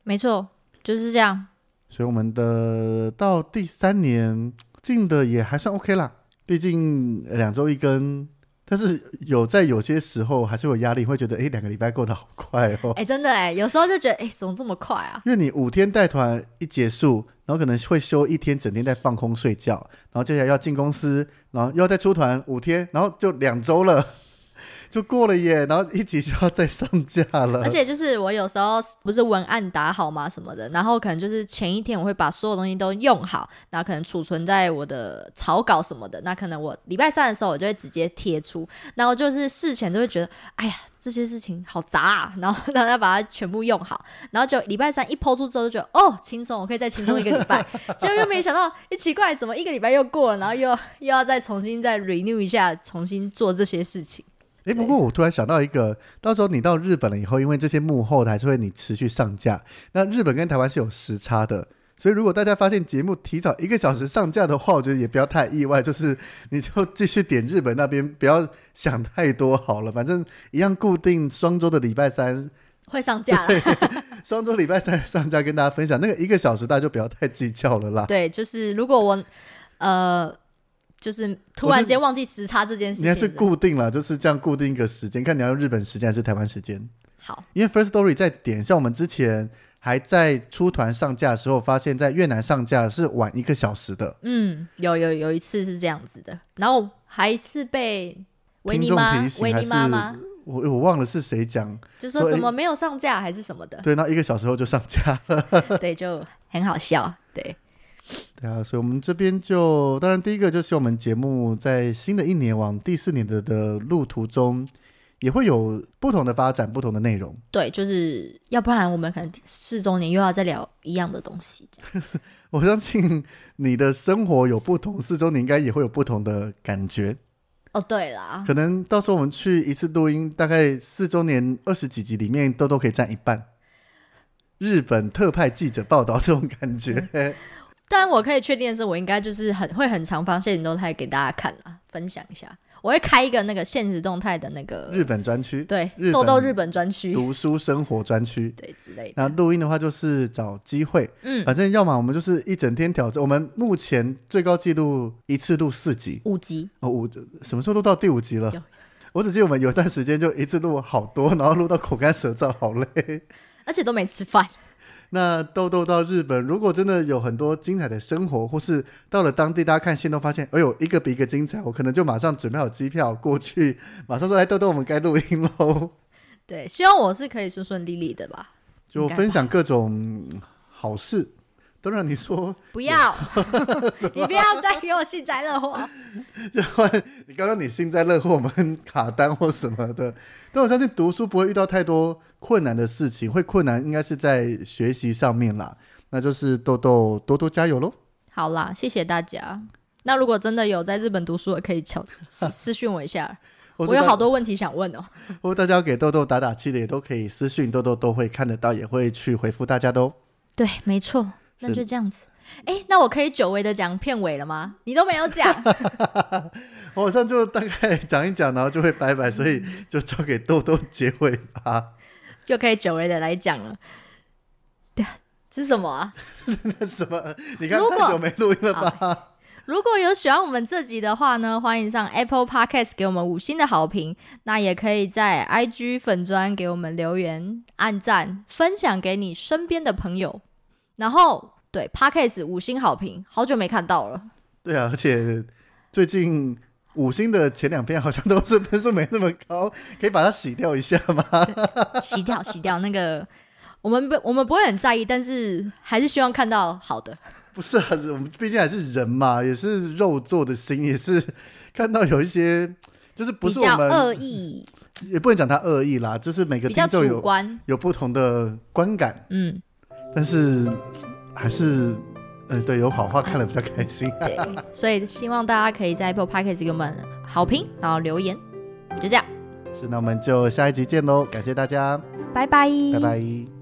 S1: 没错，就是这样。
S2: 所以我们的到第三年进的也还算 OK 啦，毕竟呃两周一根。但是有在有些时候还是有压力，会觉得诶两个礼拜过得好快哦。
S1: 哎、真的哎、有时候就觉得哎、怎么这么快啊？
S2: 因为你五天带团一结束，然后可能会休一天，整天在放空睡觉，然后接下来要进公司，然后又要再出团五天，然后就两周了，就过了耶，然后一集就要再上架了。
S1: 而且就是我有时候不是文案打好嘛什么的，然后可能就是前一天我会把所有东西都用好，然后可能储存在我的草稿什么的。那可能我礼拜三的时候我就会直接贴出，然后就是事前就会觉得，哎呀，这些事情好杂啊，然后然后要把它全部用好，然后就礼拜三一抛出之后就觉得，哦，轻松，我可以再轻松一个礼拜。结果又没想到，一奇怪，怎么一个礼拜又过了，然后又又要再重新再 renew 一下，重新做这些事情。
S2: 诶，不过我突然想到一个，到时候你到日本了以后，因为这些幕后的还是会你持续上架，那日本跟台湾是有时差的。所以，如果大家发现节目提早一个小时上架的话，我觉得也不要太意外，就是你就继续点日本那边，不要想太多好了。反正一样固定双周的礼拜 三，
S1: 会上架啦，
S2: 双周礼拜三上架跟大家分享。那个一个小时大家就不要太计较了 啦。
S1: 对，就是如果我呃，就是突
S2: 我是
S1: 然间忘记时差这件事
S2: 你
S1: 情，
S2: 还是固定了，就是这样固定一个时间，看你要用日本时间还是台湾时间。
S1: 好，
S2: 因为 First Story 在点，像我们之前还在出团上架的时候，发现在越南上架是晚一个小时的。
S1: 嗯，有有有一次是这样子的，然后还是被维尼
S2: 听众
S1: 妈
S2: 提、醒
S1: 维
S2: 还
S1: 尼
S2: 是
S1: 妈妈
S2: 我我忘了是谁讲，
S1: 就说
S2: 说
S1: 怎
S2: 哎
S1: 么没有上架还是什么的，
S2: 对，那一个小时后就上架 了，
S1: 对，就很好笑，对，
S2: 对啊，所以我们这边就，当然第一个就是我们节目在新的一年往第四年的的路途中，也会有不同的发展，不同的内容。
S1: 对，就是要不然我们可能四周年又要再聊一样的东西，这样
S2: 我相信你的生活有不同，四周你应该也会有不同的感觉。
S1: 哦，对啦，
S2: 可能到时候我们去一次录音，大概四周年二十几集里面都都可以占一半。日本特派记者报道这种感 觉，
S1: 但我可以确定的是，我应该就是很会很常发现实动态给大家看啦，分享一下，我会开一个那个现实动态的那个
S2: 日本专区、
S1: 对
S2: 日，
S1: 豆豆
S2: 本
S1: 日本专区，
S2: 读书生活专区。
S1: 对之类
S2: 那呃
S1: 的。
S2: 录音的话就是找机会，
S1: 嗯，
S2: 反正要么我们就是一整天挑战。我们目前最高纪录一次录四集，
S1: 五集
S2: 哦，五什么时候录到第五集了
S1: 有？
S2: 我只记得我们有一段时间就一次录好多，然后录到口干舌燥，好累。
S1: 而且都没吃饭。
S2: 那豆豆到日本，如果真的有很多精彩的生活，或是到了当地，大家看线都发现，哎呦，一个比一个精彩，我可能就马上准备好机票过去，马上说来豆豆，我们该录音喽，
S1: 对，希望我是可以顺顺利利的吧。
S2: 就分享各种嗯好事。当然，你说，
S1: 不 要，你不要再给我幸灾乐祸。
S2: 要不然你刚刚你幸灾乐祸，我们卡单或什么的，但我相信读书不会遇到太多困难的事情，会困难应该是在学习上面啦。那就是豆豆多多加油喽。
S1: 好啦，谢谢大家。那如果真的有在日本读书的，可以敲私私讯我一下，
S2: 或
S1: 我
S2: 是
S1: 有
S2: 大
S1: 好多问题想问哦。
S2: 如果大家要给豆豆打打气的，也都可以私讯豆豆，都会看得到，也会去回复大家的哦。
S1: 对，没错，那
S2: 是
S1: 就这样子。哎，那我可以久违的讲片尾了吗？你都没有 讲，
S2: 我晚上就大概讲一讲，然后就会拜拜，所以就交给豆豆结尾吧。
S1: 就可以久违的来讲了。对啊，这是什么啊？
S2: 那什么？你看
S1: 如果啊
S2: 太久没录音了吧？
S1: 如果有喜欢我们这集的话呢，欢迎上 Apple Podcast 给我们五星的好评，那也可以在 IG 粉砖给我们留言、按赞、分享给你身边的朋友。然后，对 Podcast 五星好评，好久没看到了。
S2: 对啊，而且最近五星的前两篇好像都是分数没那么高，可以把它洗掉一下 吗？
S1: 洗掉， 洗掉那个。我们不，我们不会很在意，但是还是希望看到好的。
S2: 不是啊，我们毕竟还是人嘛，也是肉做的心，也是看到有一些。就是不
S1: 比
S2: 是我
S1: 较恶
S2: 们，
S1: 意，
S2: 也不能讲他恶意啦，就是每个
S1: 比较
S2: 听众
S1: 主
S2: 有
S1: 观。
S2: 有不同的观感，
S1: 嗯，
S2: 但是还是，呃，对，有好话看了比较开心。
S1: 对， 所以希望大家可以在 Apple Podcast 给我们好评，然后留言，就这样，
S2: 是，那我们就下一集见喽，感谢大家，
S1: 拜拜，
S2: 拜拜